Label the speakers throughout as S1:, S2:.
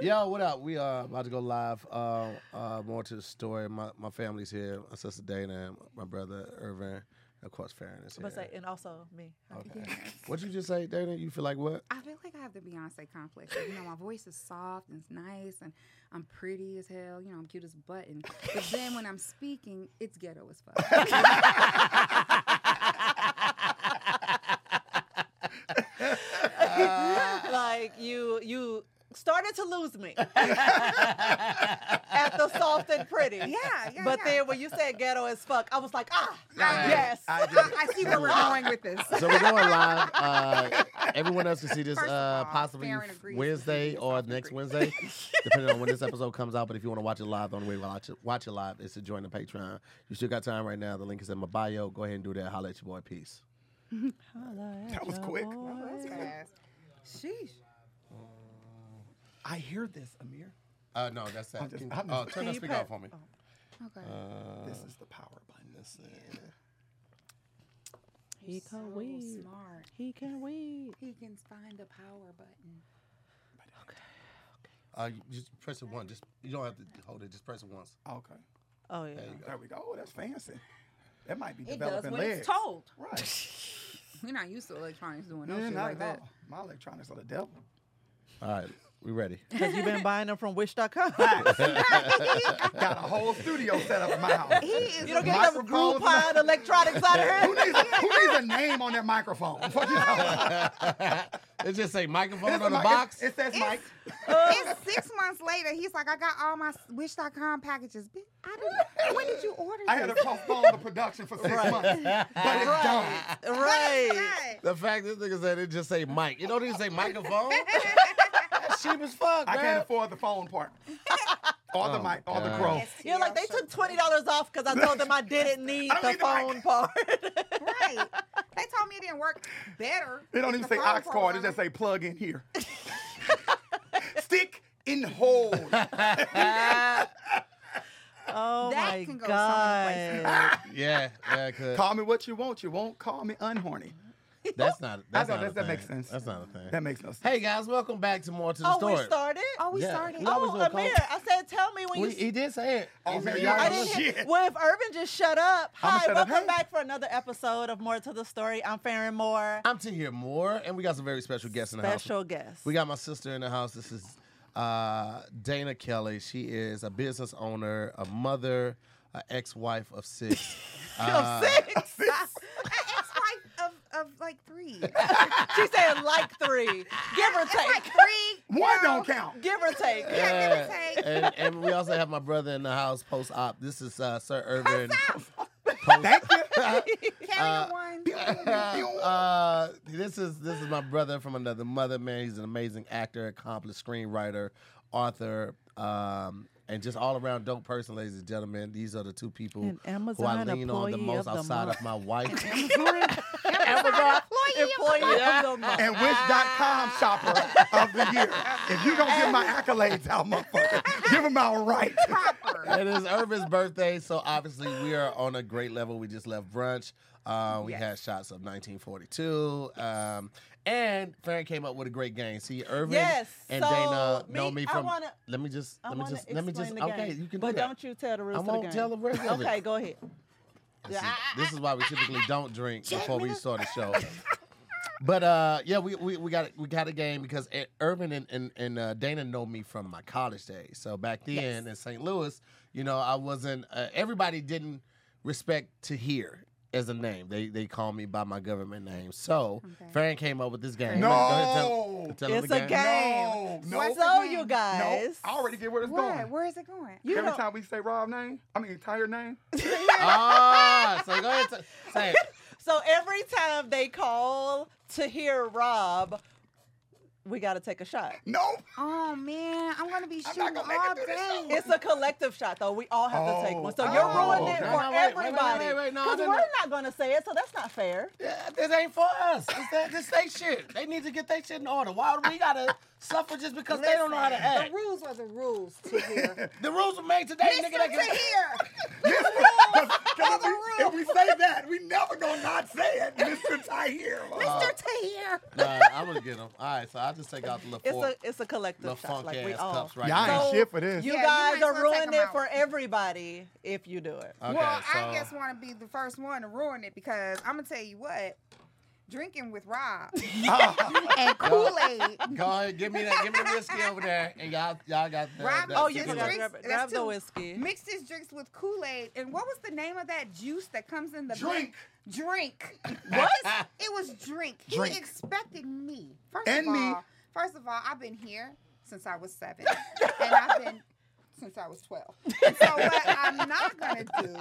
S1: Yo, what up? We are about to go live. Uh, uh, more to the story. My my family's here. My sister Dana, and my brother Irvin, and of course Farron is here.
S2: But say, and also me.
S1: Okay. What'd you just say, Dana? You feel like what?
S3: I feel like I have the Beyonce complex. You know, my voice is soft and it's nice, and I'm pretty as hell. You know, I'm cute as butt. And, but then when I'm speaking, it's ghetto as fuck.
S2: like you, you started to lose me at the soft and pretty. Yeah,
S3: yeah,
S2: But
S3: yeah.
S2: then when you said ghetto as fuck, I was like, ah,
S1: I did it.
S2: yes.
S1: I did it.
S3: I see where we're going with this.
S1: So we're going live. Uh, everyone else can see this
S3: First of
S1: uh,
S3: all,
S1: possibly
S3: Farron
S1: f-
S3: agrees with
S1: Wednesday
S3: me.
S1: or
S3: Soft
S1: next
S3: agree.
S1: Wednesday, depending on when this episode comes out. But if you want to watch it live, the only way to watch it, watch it live is to join the Patreon. You still got time right now. The link is in my bio. Go ahead and do that. Holla at your boy. Peace.
S4: That was quick.
S3: That's fast. Sheesh.
S4: I hear this, Amir.
S1: Uh, no, that's that.
S4: just-
S1: Can-
S4: I'm
S1: uh,
S4: just-
S1: turn that
S2: you
S1: speaker
S2: put- Oh.
S1: off for me.
S3: Okay.
S2: Uh,
S4: this is the power button. This is.
S2: He
S3: so
S2: can weave.
S3: smart.
S2: He can wait.
S3: He can find the power button.
S1: Uh, you just press it once. Just you don't have to hold it. Just press it once.
S4: Okay.
S2: Oh yeah.
S4: There we go. Oh, that's fancy. That might be
S2: It does
S4: developing
S2: when
S4: legs.
S2: it's told.
S4: Right.
S3: We're not used to electronics doing no
S4: Yeah,
S3: shit
S4: not
S3: like
S4: at
S3: that.
S4: all. My electronics are the devil.
S1: All right, we ready.
S2: Because you've been buying them from Wish.com.
S4: Got a whole studio set up in my house.
S2: you don't get them
S4: Microphones and
S2: Groupon electronics out of
S4: Who
S2: here.
S4: needs, who needs a name on their microphone? Fuck you talking about?
S1: It just say microphone
S4: It's
S1: on the
S4: a mi-
S1: box.
S4: It, it says Mike.
S3: It's six months later. He's like, I got all my Wish.com packages. Bitch, I didn't. When did you order
S4: I had to
S3: this?
S4: postpone the production for six months, but it's done.
S2: right.
S1: the fact this nigga said it just say mic. It don't even say microphone. That's cheap as fuck,
S4: I
S1: man.
S4: can't afford the phone part, or the mic, or the
S1: God.
S4: growth.
S2: You're like, they took $20 off because I told them I didn't need
S4: I don't
S2: the
S4: need the
S2: phone
S4: mic.
S2: part.
S3: Right. They told me it didn't work better.
S4: They don't even say
S3: The
S4: ox
S3: phone
S4: cord. It
S3: program.
S4: just say plug in here. Stick in hole.
S2: oh
S3: That
S2: my
S3: can go so many
S2: God.
S1: Yeah, yeah, cause
S4: call me what you want. You won't call me unhorny.
S1: that's not. That's
S4: I
S1: not a
S4: know that, that
S1: thing.
S4: makes sense.
S1: That's not a thing.
S4: That makes no sense.
S1: hey guys, welcome back to more to the
S2: Oh,
S1: story.
S2: we started?
S3: Oh, we
S1: Yeah.
S3: started.
S1: We always
S2: Oh,
S1: do a call.
S2: Amir, I said, tell me when
S1: We-
S2: you.
S1: he did say it.
S4: Oh,
S1: He
S4: man,
S1: said,
S4: y'all
S2: I
S1: "Y'all
S2: didn't
S1: was
S2: hear-
S4: shit.
S2: Well, if Irvin just shut up,
S4: I'ma
S2: hi,
S4: shut up.
S2: welcome
S4: Hey.
S2: back for another episode of More to the Story. I'm Farron Moore,
S1: I'm to hear more, and we got some very special guests in the house.
S2: special guest.
S1: We got my sister in the house. This is uh, Dana Kelly. She is a business owner, a mother, an ex-wife of six.
S2: Of
S1: Uh,
S2: six.
S3: An ex-wife of, of like three.
S2: she said like three, give or
S3: like
S2: take,
S3: three.
S4: One
S3: girls.
S4: don't count.
S2: give or take.
S3: Yeah, give or take.
S1: and, and we also have my brother in the house post-op. This is uh, Sir Irvin.
S4: Thank you.
S3: Carrier one.
S1: uh, this is this is my brother from another mother. Man, he's an amazing actor, accomplished screenwriter, author, um, and just all around dope person, ladies and gentlemen. These are the two people
S2: An
S1: who I
S2: Amazon
S1: lean on the
S2: employee
S1: most
S2: of the
S1: outside
S2: month.
S1: of my wife.
S2: Amazon employee of the month.
S4: And wish.com shopper of the year. If you don't give my accolades out, motherfucker, give them out right.
S3: Proper.
S1: it is Irvin's birthday, so obviously we are on a great level. We just left brunch. Uh, we
S3: Yes.
S1: had shots of 1942, um, and Farron came up with a great game. See, Irvin
S2: Yes,
S1: and
S2: so
S1: Dana
S2: me-
S1: know me
S2: I
S1: from.
S2: wanna-
S1: let me just.
S2: I
S1: Let me
S2: want to
S1: just.
S2: explain
S1: Let me just.
S2: the game.
S1: Okay, you can.
S2: But
S1: do that.
S2: don't you tell the rest
S1: I
S2: of the
S1: won't
S2: game.
S1: tell the rest of it.
S2: Okay, go ahead.
S1: This is, this is why we typically don't drink before we start the show. But uh, yeah, we, we, we got we got a game because uh, Urban and and, and uh, Dana know me from my college days. So back then in St. Louis, you know, I wasn't. Uh, everybody didn't respect to hear as a name. They they call me by my government name. So
S3: Okay.
S1: Farron came up with this game.
S4: No.
S1: Go ahead, tell- tell 'em
S2: It's
S1: the
S2: a
S1: game.
S2: game.
S4: No, no.
S3: What's
S2: so
S3: the game?
S2: you
S4: No,
S2: guys,
S4: I already get where it's
S3: Where?
S4: going.
S3: Where is it going?
S2: you
S4: Every
S2: don't-
S4: time we say Rob name, I mean entire name,
S1: Ah, so go ahead. and t- say it.
S2: So every time they call to hear Rob, we got to take a shot.
S4: no.
S3: Oh man, I'm gonna be shooting
S4: not gonna make it
S3: all
S4: through this
S3: day.
S2: It's a collective shot, though. We all have to take one. So
S4: Oh,
S2: you're ruining
S4: okay.
S2: it
S4: No,
S2: for
S1: no, wait, wait, wait,
S2: everybody.
S1: wait, wait, no, I
S2: Because
S1: didn't-
S2: we're not going to say it, so that's not fair.
S1: Yeah, this ain't for us. It's that, this they shit. They need to get their shit in order. Why do we gotta suffer just because they don't know how to
S3: the
S1: act?
S3: rules are the rules to here.
S1: The rules were made today,
S3: Listen
S1: nigga. They
S3: to
S1: can,
S3: here.
S4: Because Because if, we- if we say that, we never gonna not say it, Mr. Tahir. Uh,
S1: Mr.
S2: Tahir.
S1: Nah, I'm gonna get them. All right, so I just take out the
S2: It's
S1: little
S2: a it's a collective shot.
S1: funk
S2: Like we
S1: ass
S2: all.
S1: cups right
S4: Y'all
S1: now.
S4: ain't shit for this.
S2: You
S3: Yeah, you
S2: guys
S3: might as
S2: are
S3: well take
S2: ruining
S3: 'em
S2: it
S3: out.
S2: for everybody if you do it.
S1: Okay,
S3: well,
S1: so
S3: I just want to be the first one to ruin it because I'm gonna tell you what. Drinking with Rob and Kool Aid.
S1: go ahead, give me that, give me the whiskey over there, and y'all, y'all got
S4: Uh,
S1: that.
S3: Rob,
S1: that
S2: Oh,
S3: That's
S2: you
S3: two
S1: tequila.
S2: forgot to
S3: drinks.
S2: grab,
S3: That's
S2: grab the
S3: two.
S2: whiskey.
S3: Mixed his drinks with Kool Aid. And what was the name of that juice that comes in the
S4: Drink.
S3: Drink. What? it was drink.
S4: Drink.
S3: He expected me. First
S4: And
S3: of
S4: me.
S3: all, first of all, I've been here since I was seven, and I've been since I was twelve. And so what I'm not gonna do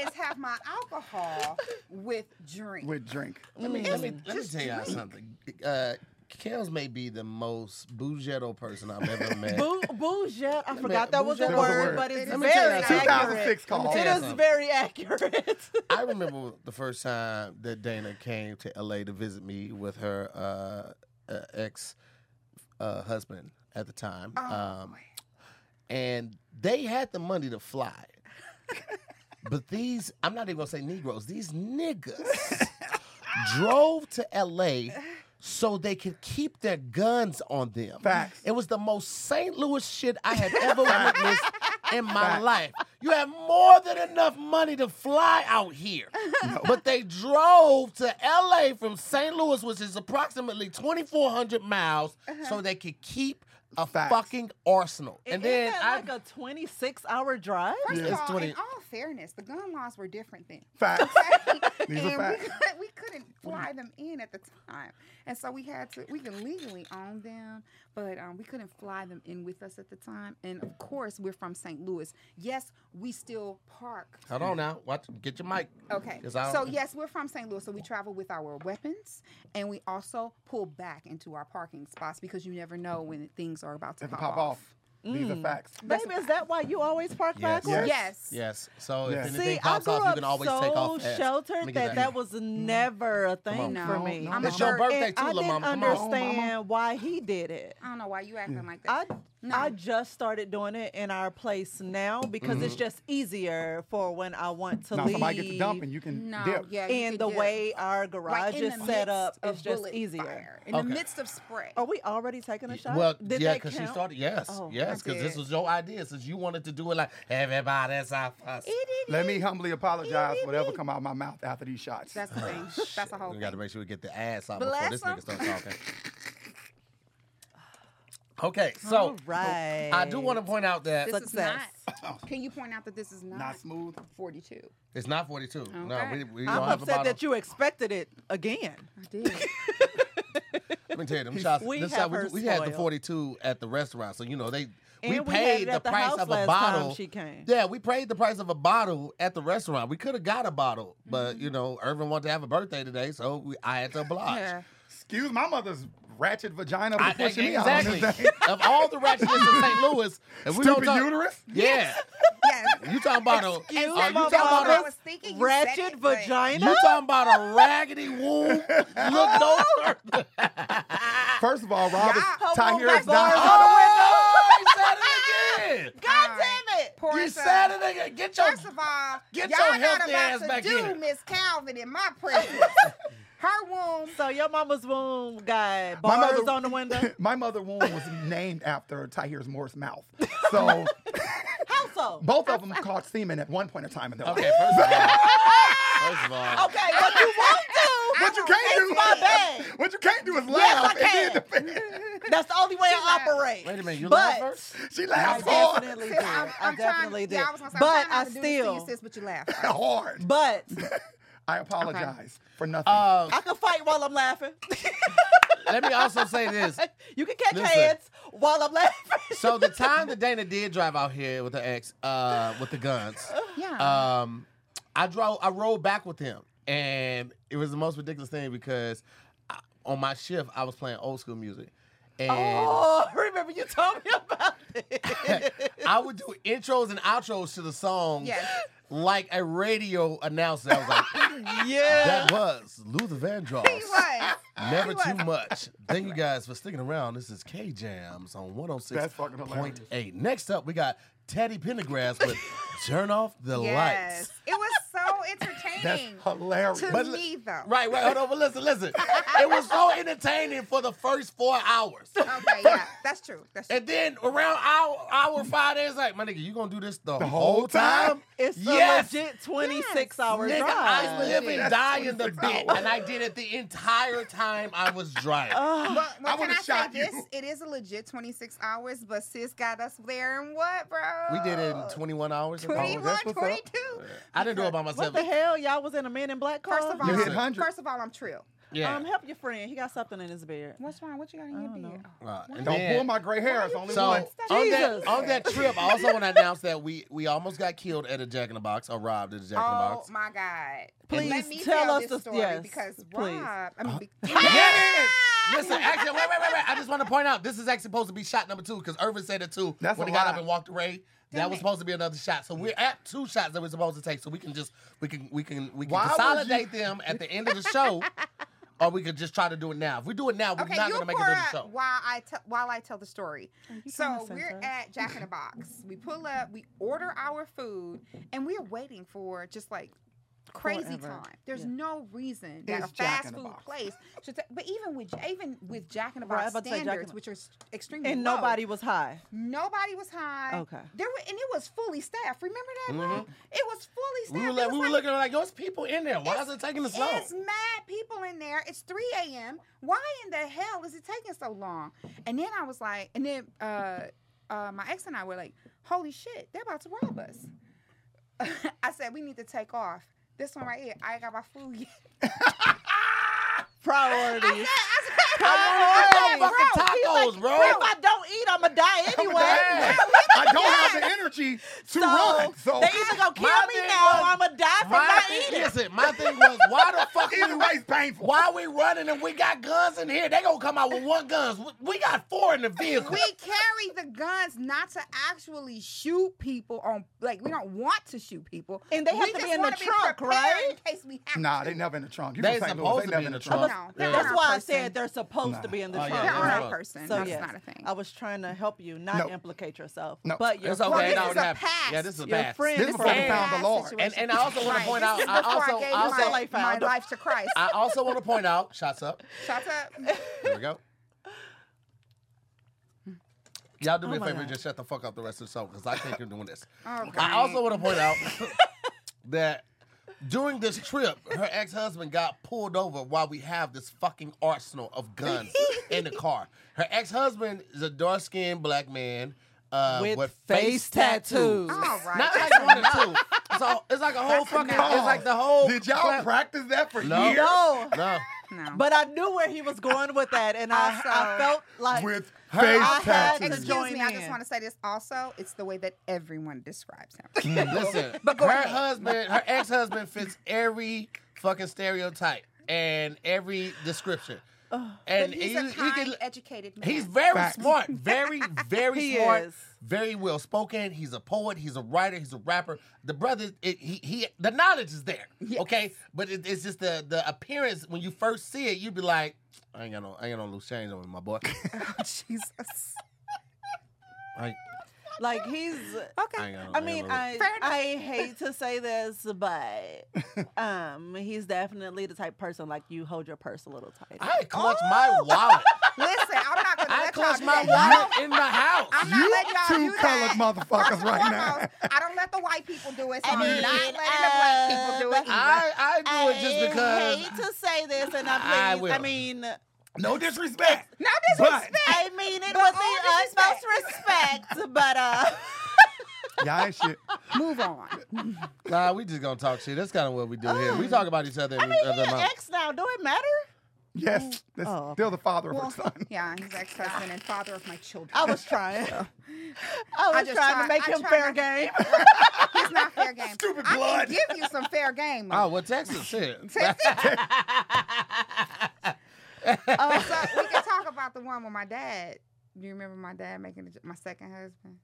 S3: is have my alcohol with drink.
S4: With drink.
S1: Let me, let me, let me
S3: Just
S1: tell y'all
S3: drink.
S1: something. Uh, Kels may be the most bougetto person I've ever met.
S2: Bou- Bouget. I forgot that was a
S1: bouget
S2: word,
S4: was a word.
S2: but
S3: It
S2: it's
S3: is.
S1: Let
S2: very
S1: me tell you something.
S2: accurate.
S4: 2006
S1: Let me
S4: call.
S1: tell
S2: It
S1: you
S2: is
S1: something.
S2: very accurate.
S1: I remember the first time that Dana came to LA to visit me with her uh, uh, ex uh, husband at the time. um, and they had the money to fly. but these, I'm not even gonna say Negroes, these niggas drove to LA so they could keep their guns on them.
S4: Facts.
S1: It was the most St. Louis shit I have ever witnessed in my
S4: Facts.
S1: life. You have more than enough money to fly out here. But they drove to LA from St. Louis, which is approximately 2,400 miles,
S2: Uh-huh.
S1: so they could keep a
S4: Facts.
S1: fucking arsenal. And then
S2: Isn't
S1: I.
S2: that like a 26 hour drive?
S3: First
S1: Yeah.
S3: of all,
S1: It's 20
S3: in all fairness, the gun laws were different then.
S4: Facts.
S3: and
S4: These
S3: we,
S4: are facts.
S3: could, we couldn't fly them in at the time, and so we had to. We can legally own them, but um, we couldn't fly them in with us at the time. And of course, we're from St. Louis. Yes, we still park.
S1: Hold on now. Watch. Get your mic.
S3: Okay.
S1: 'Cause I
S3: So
S1: don't-
S3: yes, we're from St. Louis, so we travel with our weapons, and we also pull back into our parking spots because you never know when things are about to
S4: If it
S3: pop,
S4: pop off, these are facts.
S2: Baby, is that why you always park
S1: Yes.
S2: backwards?
S3: Yes.
S1: Yes. So
S4: Yes.
S1: if anything
S2: See, I
S1: pops
S2: grew
S1: off, you
S2: up
S1: can always
S2: so
S1: take off. fast. Let me
S2: sheltered
S1: get Mm-hmm.
S2: that that was never a thing
S1: on.
S2: for
S3: No,
S2: me.
S3: no, I'm a
S1: It's your
S3: jerk.
S1: birthday
S2: And
S1: too,
S2: I
S1: Lamar.
S2: didn't
S1: Come on.
S2: understand why he did it.
S3: I don't know why you acting like
S2: I
S3: that.
S2: I just started doing it in our place now because it's
S1: Mm-hmm.
S2: just easier for when I want to
S4: Now
S2: leave.
S4: somebody gets to dump and you can
S3: no.
S4: dip.
S3: Yeah. you
S2: and
S3: could
S2: the
S3: dip.
S2: way our
S3: Right,
S2: garage
S3: in
S2: is
S3: the midst
S2: set up
S3: of
S2: is just
S3: bullet
S2: easier. Oh,
S3: fire, in
S1: Okay.
S3: the midst of spray.
S2: Are we already taking a shot?
S1: Well,
S2: Did
S1: yeah,
S2: that
S1: because she
S2: count?
S1: started. Yes,
S2: Oh,
S1: yes,
S3: I
S1: because this
S3: did.
S1: was your idea. Since you wanted to do it like everybody's off us.
S4: Let me humbly apologize for whatever come out of my mouth after these shots.
S3: That's the thing. That's a whole
S1: We
S3: thing.
S1: got to make sure we get the ass out
S3: Bless
S1: before this nigga
S3: him.
S1: starts talking. okay, so
S2: All right.
S1: I do want to point out that
S3: This is
S2: Success.
S1: Oh.
S3: not. Can you point out that this is not,
S4: Not smooth.
S3: 42?
S1: it's not 42. No,
S3: Okay.
S1: we, we don't
S2: I'm
S1: have a
S2: upset
S1: bottle.
S2: that you expected it again.
S3: I did.
S1: Let me tell you, them shots.
S2: We
S1: this
S2: have
S1: shot,
S2: her
S1: we, we had the
S2: spoiled.
S1: 42 at the restaurant, so you know they. We
S2: And we had
S1: paid
S2: it
S1: the
S2: at the
S1: price
S2: house
S1: of a
S2: last time
S1: bottle.
S2: she came.
S1: Yeah, we paid the price of a bottle at the restaurant. We could have got a bottle, but
S2: Mm-hmm.
S1: you know, Irvin wanted to have a birthday today, so we, I had to oblige.
S3: Yeah.
S4: Excuse my mother's ratchet vagina for
S1: I,
S4: pushing me out on
S1: exactly.
S4: this thing.
S1: of all the ratchets in St. Louis, if we don't
S4: Stupid
S1: talk,
S4: uterus.
S1: Yeah,
S3: Yes.
S1: you talking about a?
S2: Excuse
S1: are
S2: my
S1: you talking
S2: mother.
S1: about
S3: I
S1: a?
S3: was thinking you said
S2: Ratchet
S3: it, but-
S2: vagina.
S1: You talking about a raggedy womb? Look no further.
S4: First of all, Robert
S3: Y'all-
S4: Tahir
S2: Hold
S4: is
S2: on, my
S4: not.
S2: bar-
S1: Oh, he said it again.
S2: God
S3: Um,
S2: damn it!
S3: Pour
S1: You
S3: some-
S1: said it again. Get your
S3: First of all,
S1: Get
S3: y'all
S1: your
S3: not
S1: healthy
S3: about
S1: ass
S3: to
S1: back
S3: do
S1: here.
S3: Miss Calvin in my presence. Her womb.
S2: So your mama's womb got
S4: My
S2: bars on the window.
S4: my mother womb was named after Tahir's Morse mouth. So
S2: How so?
S4: both of them caught semen at one point in time in their life.
S1: okay. First of all, first of all,
S2: Okay, but you won't do.
S4: What you can't do,
S2: my bag.
S4: what you can't do is
S2: Yes, I
S4: laugh. and then
S2: That's the only way I
S3: She's like,
S2: operate.
S1: wait a minute. You
S2: but
S1: laugh first.
S4: the- she
S2: I
S4: laughs hard,
S2: definitely did.
S3: Sis, I'm,
S2: i
S3: I'm trying-
S2: definitely did.
S3: yeah, I was gonna say, I'm
S2: but
S3: trying not
S2: I
S3: to do this to you,
S2: still,
S3: sis, but you laugh.
S4: hard.
S2: but Um,
S4: I apologize for nothing.
S1: Uh,
S2: I can fight while I'm laughing.
S1: let me also say this.
S2: you can catch
S1: Listen.
S2: hands while I'm laughing.
S1: So the time that Dana did drive out here with her ex, uh, with the guns,
S3: Yeah.
S2: Uh,
S1: um, I drove. I rode back with him, and it was the most ridiculous thing because I, on my shift I was playing old school music, and
S2: Oh, remember you told me about it.
S1: I would do intros and outros to the song
S3: Yes.
S1: like a radio announcer. I was like,
S2: yeah.
S1: that was Luther
S3: He
S1: Vandross.
S3: was.
S1: Never
S3: He was.
S1: too much. Thank you guys for sticking around. This is K Jams on
S4: That's fucking hilarious.
S1: 106.8. Next up, we got Teddy Pendergrass with Turn Off the
S3: Yes.
S1: Lights.
S3: It was so
S4: That's
S3: entertaining
S4: hilarious.
S3: to
S1: But li-
S3: me, though.
S1: Right, right. Hold on, but listen, listen. It was so entertaining for the first four hours.
S3: Okay, yeah, that's true. That's true.
S1: And then around hour, hour five, they was like, my nigga, you gonna do this the,
S4: The whole
S1: whole, time?
S2: It's a
S1: Yes.
S2: legit 26
S3: Yes.
S2: hour
S1: Nigga, I
S2: drive.
S1: live and
S4: That's
S1: die in the
S4: 26
S1: bit,
S4: hours.
S1: and I did it the entire time I was driving.
S2: Ugh.
S3: Well, well,
S4: I
S3: can
S4: would've
S3: I
S4: shot
S3: say
S4: you.
S3: this? It is a legit 26 hours, but sis got us there in what, bro?
S1: we did it in Oh, 21 hours. if I was-
S3: 21,
S4: that's what's up.
S3: 22.
S1: I didn't do it by myself.
S2: What the hell? Y'all was in a man in black car?
S3: First of all,
S4: You hit
S3: I'm-
S4: 100.
S3: first of all, I'm trill.
S1: Yeah.
S2: um, help your friend. He got something in his beard.
S3: What's wrong? What you got in
S2: I
S3: your
S2: don't know.
S3: beard? Oh,
S1: Right,
S3: why
S1: and
S3: you-
S4: Don't
S1: Yeah.
S4: pull my gray hair. It's only
S1: So
S4: one.
S1: on that
S2: Jesus.
S1: on that trip, I also want to announce that we we almost got killed at a Jack in the Box or robbed at a Jack in the
S3: Oh
S1: Box.
S3: my God!
S2: Please
S3: Let me
S2: tell
S3: tell
S2: us
S3: this
S2: the-
S3: story
S2: yes,
S3: because
S2: please.
S3: Rob, I mean, be-
S1: Yes! Listen, actually, wait, wait, wait, wait. I just want to point out this is actually supposed to be shot number two because Irvin said it too.
S4: That's
S1: when
S4: a
S1: he got
S4: lie.
S1: up and walked away.
S3: Damn
S1: that was
S3: it.
S1: supposed to be another shot. So we're at two shots that we're supposed to take. So we can just we can we can we can
S4: Why would
S1: consolidate them at the end of the show, or we could just try to do it now. If we do it now, we're
S3: okay,
S1: not
S3: you
S1: gonna make it
S3: pour
S1: through the
S3: up
S1: show.
S3: while I te- while I tell the story.
S2: Oh, you kinda
S3: So
S2: sent
S3: we're
S2: us.
S3: at Jack in the Box. We pull up, we order our food, and we're waiting for just like crazy
S2: Forever.
S3: time. There's
S2: Yeah.
S3: no reason that
S4: It's
S3: a
S4: Jack
S3: fast
S4: in the
S3: food
S4: Box.
S3: place should. ta- but even with even with Jack in the
S2: Right, I was
S3: Box
S2: about to say Jack in
S3: standards,
S2: the-
S3: which are s- extremely
S2: And
S3: low,
S2: nobody was high.
S3: nobody was high.
S2: Okay.
S3: there were, and it was fully staffed. Remember that? Rob? It was fully staffed.
S1: Mm-hmm. We were
S3: It
S1: like,
S3: was
S1: we were
S3: like-
S1: looking like, yo, it's people in there. Why is
S3: It's-
S1: it taking this long?
S3: It's mad people in there. It's 3 a.m. Why in the hell is it taking so long? And then I was like, and then uh, uh, my ex and I were like, holy shit, they're about to rob us. I said, we need to take off. This one right here, I ain't got my food yet. I said,
S2: Priorities.
S3: I said,
S1: I
S3: I
S1: wanted
S3: said,
S1: fucking
S3: bro,
S1: tacos, bro.
S2: If I don't eat, I'm going to die
S4: I'm
S2: anyway.
S4: dying. I don't have the energy to
S2: So,
S4: run. So
S2: they either going to kill
S1: My
S2: me
S1: thing
S2: now or
S1: was-
S2: I'm going to die from
S1: My
S2: not
S1: thing,
S2: eating.
S1: listen, my thing was, why the fuck we
S4: either way, it's painful.
S1: Why we running and we got guns in here? They gonna come out with one guns. We- We got four in the vehicle.
S3: we carry the guns not to actually shoot people on, like, we don't want to shoot people.
S2: And they have
S3: We
S2: to be
S3: just
S2: in the
S3: wanna
S2: trunk,
S3: prepared
S2: right?
S3: In case we have
S4: Nah,
S3: to.
S4: they never in the trunk. You
S1: They
S4: from St.
S1: supposed
S4: Louis?
S1: to
S4: They
S1: be
S4: never in the trunk.
S3: No,
S1: Yeah.
S3: they're
S2: That's
S3: not
S2: why
S3: our
S2: I said
S3: person.
S2: they're supposed to be in the
S1: Oh, yeah,
S2: trunk.
S3: They're
S1: that's
S3: on
S1: right.
S3: our person.
S2: So
S3: That's
S2: yes,
S3: not a thing.
S2: I was trying to help you not
S4: No.
S2: implicate yourself,
S4: No.
S2: but you're
S1: It's okay.
S3: Well,
S1: it
S3: this
S1: already
S3: is a
S1: happened.
S3: past.
S1: Yeah, this is a
S2: Your
S1: past.
S2: friend-
S4: This
S2: This
S4: before the
S1: is
S4: pound
S3: bad
S4: of Lord.
S1: And- and I
S3: situation.
S1: also wanna
S3: Right.
S1: point
S3: This
S1: out-
S3: is
S1: I
S3: before
S1: also-
S3: gave
S1: I also-
S3: my, my
S2: Found-
S3: life to Christ.
S1: I also want to point out. Shots up.
S3: Shut up.
S1: Here we go. Y'all do me
S2: Oh
S1: a
S2: my
S1: favor and
S2: God.
S1: just shut the fuck up the rest of the show because I can't keep doing this.
S3: Oh,
S1: I
S3: God.
S1: also want to point out that during this trip, her ex husband got pulled over while we have this fucking arsenal of guns in the car. Her ex husband is a dark skinned black man uh,
S2: With
S1: with,
S2: face tattoos.
S3: All right.
S1: Not like one or two. It's, all, it's like a whole fucking. It's like the whole.
S4: Did y'all
S1: clap-
S4: practice that for
S1: No.
S4: years?
S2: no.
S1: No.
S3: no.
S2: But I knew where he was going with that, and I, I
S3: Also-
S2: felt like
S4: With
S1: Her
S4: face
S1: eye
S2: had
S4: tattoos.
S2: to
S3: Excuse
S2: join
S3: me. I just
S2: in.
S3: want to say this. Also, it's the way that everyone describes him.
S1: Mm. Listen, her husband, her ex husband fits every fucking stereotype and every description.
S3: But
S1: and
S3: he's
S1: you-
S3: a
S1: you
S3: kind,
S1: can-
S3: educated man.
S1: he's very
S4: Facts.
S1: smart, very, very
S2: He
S1: smart,
S2: is.
S1: very well spoken. He's a poet, he's a writer, he's a rapper. The brother, it, he, he, the knowledge is there,
S3: Yes.
S1: okay? But it, it's just the the appearance when you first see it, you'd be like, I ain't got no, I ain't got no loose change on me, my boy.
S3: Oh, Jesus.
S1: I,
S2: like he's.
S1: I, ain't got no-
S3: Okay.
S2: I
S1: ain't got
S2: mean,
S1: no-
S2: I
S3: Fair enough.
S2: I hate to say this, but um, he's definitely the type of person like you hold your purse a little tight.
S1: I clutch my wallet.
S3: Listen, I'm not gonna
S1: I
S3: let y'all
S1: clutch
S3: do
S1: my
S3: that.
S1: wallet in the house.
S3: I'm not
S4: You
S3: letting y'all
S4: two
S3: do that.
S4: colored motherfuckers
S3: First
S4: right
S3: and
S4: now.
S3: foremost, I don't let the white people do it. So
S2: I
S3: I'm
S2: mean,
S3: not letting the black people do it.
S2: um,
S3: Either.
S1: I, I do it just because.
S2: hate to say this, and I'm
S1: I
S2: pleased. I,
S1: will.
S2: mean,
S4: No disrespect.
S3: No
S4: But-
S3: disrespect.
S2: I mean it
S3: But
S2: with
S3: all
S2: the utmost respect, but uh,
S4: Y'all ain't shit.
S3: Move on.
S1: Nah, we just gonna talk shit. That's kind of what we do here. We talk about each other and
S2: Oh. I mean,
S1: each other.
S2: he an
S1: mouth.
S2: ex now. Do it matter?
S4: Yes, that's
S2: Oh,
S4: still the father of
S3: Well,
S4: her son.
S3: yeah, he's ex-husband and father of my children.
S2: I was trying. I was trying to
S3: just try-
S2: make
S3: I
S2: him
S3: try
S2: fair
S3: not-
S2: game.
S3: It's not fair game.
S4: Stupid
S3: I
S4: blood.
S3: can give you some fair game.
S1: Oh well, Texas shit.
S3: Uh, so we can talk about the one with my dad. Do you remember my dad making the, j- my second husband?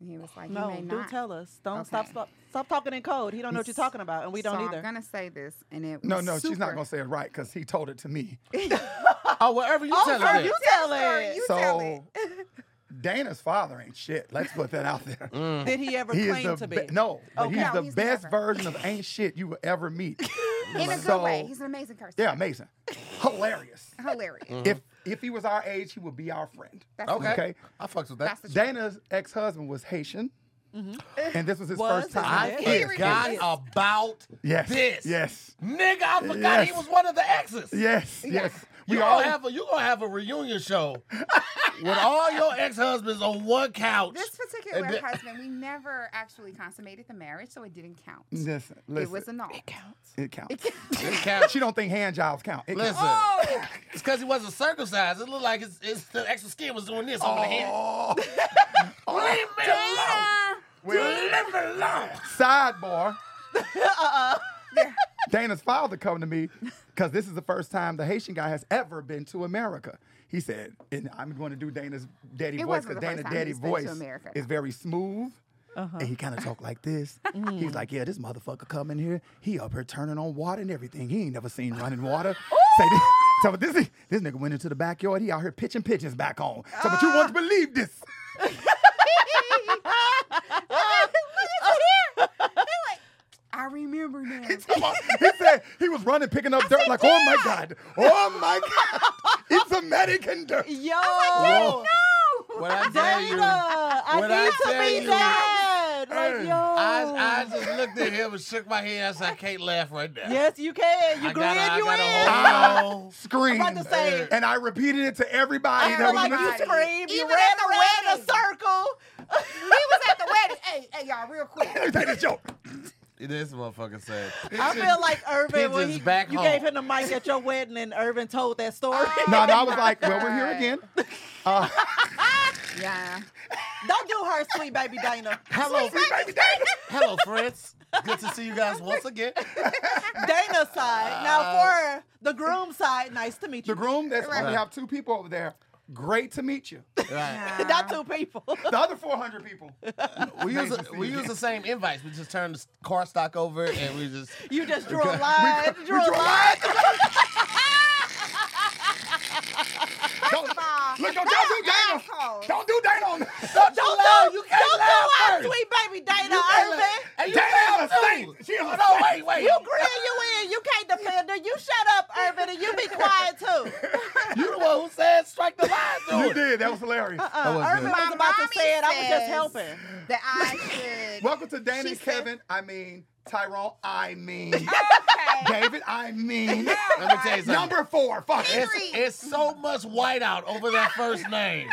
S3: And he was like,
S2: No,
S3: you may
S2: do
S3: not.
S2: tell us. Don't
S3: Okay.
S2: stop, stop stop talking in code. He don't know what you're talking about, and we don't
S3: so
S2: either.
S3: I'm gonna say this, and it
S4: No,
S3: was
S4: no, she's not
S3: super-
S4: gonna say it right because he told it to me.
S1: oh, wherever you
S2: Oh,
S1: tell
S2: so
S1: it.
S2: you
S1: is.
S2: tell
S3: the story.
S2: it.
S3: You tell it.
S4: so Dana's father ain't shit. Let's put that out there.
S2: Did he ever
S4: He is
S2: claim
S4: the
S2: to be?
S4: be- no, but
S2: Oh,
S4: he's
S3: no,
S4: the
S3: he's
S4: best
S3: never.
S4: version of ain't shit you will ever meet.
S3: In
S4: Mm.
S3: a good
S4: So-
S3: way. He's an amazing person.
S4: Yeah, amazing, hilarious.
S3: Hilarious.
S4: If if he was our age, he would be our friend.
S3: That's
S1: Okay.
S4: Okay.
S1: I fucks with
S3: That's
S1: that.
S3: the truth.
S4: Dana's ex husband was Haitian, and this was his
S2: Was,
S4: first
S2: isn't
S4: time.
S2: it?
S4: Yes,
S1: Forgot about
S4: yes,
S1: this.
S4: yes,
S1: Nigga, I forgot he
S4: Yes.
S1: was one of the exes.
S4: yes, yes.
S1: You
S4: We all
S1: gonna have a you gonna have a reunion show with all your ex husbands on one couch.
S3: This particular
S1: And the-
S3: husband, we never actually consummated the marriage, so it didn't count.
S4: Listen,
S3: It
S4: listen.
S3: was a null.
S4: It counts.
S1: This couch.
S4: She don't think hand jobs count. It
S1: Listen,
S4: counts.
S2: Oh.
S1: it's because he wasn't circumcised. It looked like his, his the extra skin was doing this over the head.
S4: Oh.
S1: Leave me alone. Leave me alone.
S4: Sidebar. Dana's father come to me because this is the first time the Haitian guy has ever been to America. He said, and I'm going to do Dana's daddy
S3: It
S4: voice
S3: wasn't
S4: because
S3: the first
S4: Dana's
S3: time
S4: daddy
S3: he's been to
S4: voice
S3: America. Uh-huh.
S4: is very smooth. And he kind of talked like this.
S3: Mm.
S4: He was like, "Yeah, this motherfucker come in here. He up here turning on water and everything. He ain't never seen running water." Say this, so this ni- this nigga went into the backyard. He out here pitching pigeons back on. So, but you
S3: Ah.
S4: won't believe this.
S3: I remember now.
S4: he said he was running, picking up dirt. Like, oh my god, oh my god, it's American dirt.
S2: Yo,
S4: Whoa.
S1: What I tell
S2: Dana,
S1: you,
S2: I
S1: When I
S2: need
S1: tell
S2: to be
S1: you- Mm.
S2: dad. Like
S4: Hey,
S2: yo,
S1: I, I just looked at him and shook my head. I said, I can't laugh right now.
S2: yes, you can. You
S1: I gotta-
S2: grin,
S1: I
S2: you
S1: gotta
S2: in.
S1: hold on.
S4: I
S1: Oh.
S4: screamed.
S2: I'm about to say-
S4: And I repeated it to everybody.
S3: I
S4: that
S3: feel
S4: was
S2: like you
S3: Everybody.
S2: screamed, you
S3: Even
S2: ran
S3: at the
S2: around in a
S3: wedding.
S2: circle.
S3: we was at the wedding. Hey, hey, y'all, real quick.
S4: Let me take this joke.
S1: Oh, This motherfucker said.
S2: I feel like Irvin when
S1: pigeons
S2: he,
S1: back
S2: you
S1: home.
S2: gave him the mic at your wedding and Irvin told that story.
S3: Oh.
S4: No, no, I was like, well, we're here again. Uh,
S3: Yeah.
S2: Don't do her, sweet baby Dana.
S1: Hello,
S4: baby, Dana.
S1: hello, friends. Good to see you guys once again.
S2: Dana's side.
S1: Uh,
S2: Now for the groom side, nice to meet you.
S4: The groom, that's why
S1: Right.
S4: we have two people over there. Great to meet you.
S1: Right.
S2: Not
S3: Uh-huh.
S2: two people.
S4: The other 400 people.
S1: We use
S4: Amazing to see
S1: we
S4: you
S1: use the same
S4: again.
S1: invites. We just turn the car stock over and we just.
S2: You just drew a line.
S4: We
S2: drew a
S4: draw
S2: line.
S4: Don't, look, don't, don't do Dana.
S3: Assholes.
S4: Don't do Dana on
S1: Don't
S2: Don't
S1: laugh.
S2: do,
S1: You can't
S2: don't do
S1: laugh
S2: our
S1: first.
S2: sweet baby Dana,
S1: You can't
S2: Irvin.
S1: laugh. And you
S4: Dana
S1: laugh
S4: is a
S1: too.
S4: saint. She is a
S1: no, wait,
S4: saint.
S1: wait.
S2: You grin, you in. You can't defend her. You shut up, Irvin, and you be quiet too.
S1: You the one who said strike the line
S4: You
S1: through it.
S4: did. That was hilarious.
S1: That was
S2: Uh, Irvin
S1: good.
S2: was
S3: My
S2: about to
S3: mommy
S2: say it. I was just
S3: says-
S2: helping.
S3: That I should.
S4: Welcome to Dana,
S3: She
S4: and
S3: said-
S4: Kevin. I mean, Tyrone. I mean,
S3: Okay.
S4: David. I mean,
S1: Let me tell you something.
S4: number four. Fuck it.
S1: It's, it's so much whiteout over that first name.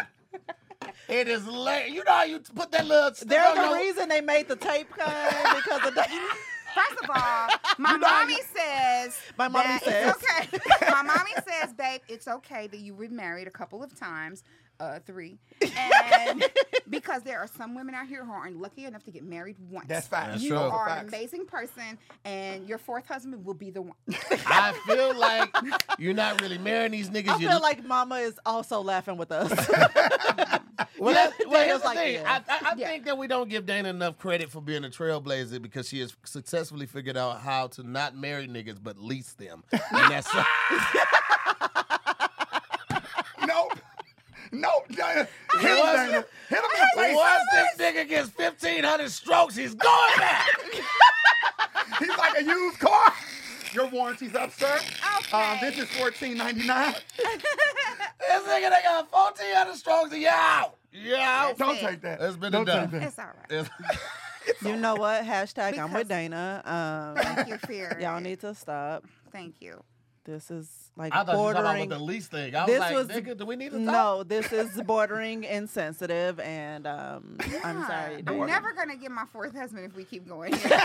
S1: It is late. You know how you put that little. stick
S2: There's
S1: on
S2: the
S1: your-
S2: reason they made the tape come because of that.
S3: First of all, my mommy says.
S2: My mommy
S3: that
S2: says.
S3: It's okay. my mommy says, babe, it's okay that you were married a couple of times, uh, three, and because there are some women out here who aren't lucky enough to get married once.
S4: That's fine.
S1: That's
S4: you
S1: true.
S4: know,
S3: are
S4: facts.
S3: an amazing person, and your fourth husband will be the one.
S1: I feel like you're not really marrying these niggas.
S2: I
S1: you
S2: feel like Mama is also laughing with us.
S1: well,
S2: Yeah,
S1: that- well, here's
S2: Dana's
S1: the
S2: like,
S1: thing.
S2: yeah.
S1: I, I, I
S3: Yeah.
S1: think that we don't give Dana enough credit for being a trailblazer because she has successfully figured out how to not marry niggas but lease them. And that's
S4: Nope. Nope. Dana. Hit him,
S1: was-
S4: Dana. Hit him in the face.
S1: once this nigga gets 1,500 strokes, he's going back.
S4: He's like a used car. Your warranty's up, sir. Um,
S3: Okay.
S4: this is fourteen ninety nine.
S1: This nigga that got 1,400 strokes, and you're out. You're out.
S4: Don't
S3: it.
S4: take that.
S1: It's been
S4: Don't
S1: done.
S4: take that.
S3: It's all right.
S1: It's-
S2: you know what? Hashtag I'm
S3: Because-
S2: with Dana. Um,
S3: Thank you, Fear.
S2: y'all need to stop.
S3: Thank you.
S2: This is like
S1: I thought you were talking about
S2: bordering.
S1: the lease thing. I was
S2: This
S1: like,
S2: was-
S1: nigga, do we need to talk?
S2: No, this is bordering insensitive, and um, I'm
S3: Yeah.
S2: sorry.
S3: I'm
S2: Dana.
S3: never gonna get my fourth husband if we keep going. here.